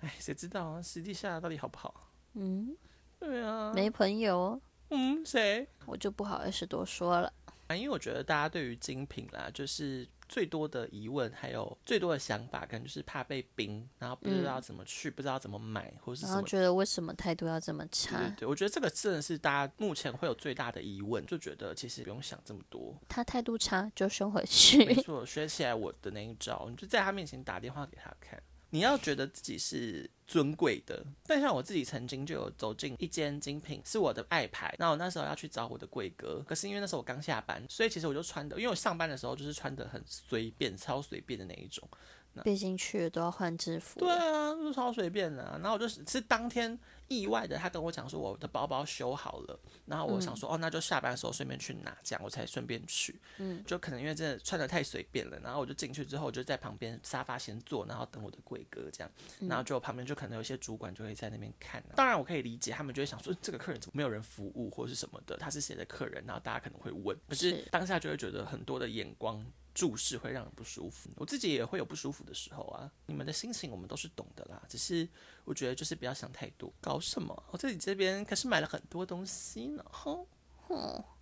Speaker 3: 哎，谁知道啊？实际下到底好不好？
Speaker 1: 嗯，
Speaker 3: 对啊，
Speaker 1: 没朋友哦，
Speaker 3: 嗯，谁？
Speaker 1: 我就不好意思多说了。
Speaker 3: 啊，因为我觉得大家对于精品啦，就是最多的疑问，还有最多的想法，可能就是怕被冰，然后不知道怎么去，不知道怎么买，或
Speaker 1: 嗯
Speaker 3: 是
Speaker 1: 然
Speaker 3: 什
Speaker 1: 后
Speaker 3: 么。
Speaker 1: 觉得为什么态度要这么
Speaker 3: 对对
Speaker 1: 差？
Speaker 3: 对，我觉得这个真的是大家目前会有最大的疑问，就觉得其实不用想这么多。
Speaker 1: 他态度差就凶回
Speaker 3: 没
Speaker 1: 去。
Speaker 3: 错，学起来我的那一招，你就在他面前打电话给他看。你要觉得自己是尊贵的，但像我自己曾经就有走进一间精品，是我的爱牌。那我那时候要去找我的贵哥，可是因为那时候我刚下班，所以其实我就穿的，因为我上班的时候就是穿的很随便，超随便的那一种。
Speaker 1: 毕竟去了都要换制服
Speaker 3: 对
Speaker 1: 了，
Speaker 3: 啊，就是超随便的、啊。然后我就是是当天意外的，他跟我讲说我的包包修好了，然后我想说、哦，那就下班的时候顺便去拿，这样我才顺便去。嗯，就可能因为真的穿的太随便了，然后我就进去之后我就在旁边沙发先坐，然后等我的贵哥这样。然后就旁边就可能有一些主管就会在那边看、啊。当然我可以理解，他们就会想说这个客人怎么没有人服务或是什么的，他是谁的客人，然后大家可能会问，可是
Speaker 1: 是
Speaker 3: 当下就会觉得很多的眼光。注视会让人不舒服，我自己也会有不舒服的时候啊。你们的心情我们都是懂的啦，只是我觉得就是不要想太多，搞什么？我自己这边可是买了很多东西呢，哼。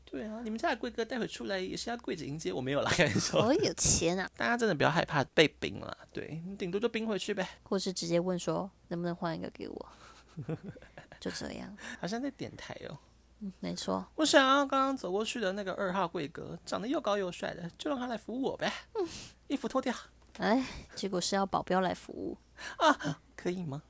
Speaker 3: 对啊，你们家的贵哥待会出来也是要跪着迎接我，没有啦， 开玩笑。
Speaker 1: 我有钱啊，
Speaker 3: 大家真的不要害怕被冰啦，对你顶多就冰回去呗，
Speaker 1: 或是直接问说能不能换一个给我，就这样。
Speaker 3: 好像在点台哦。
Speaker 1: 嗯，没错，
Speaker 3: 我想要刚刚走过去的那个二号贵哥，长得又高又帅的，就让他来服务我呗。衣服脱掉
Speaker 1: 哎，结果是要保镖来服务，
Speaker 3: 可以吗？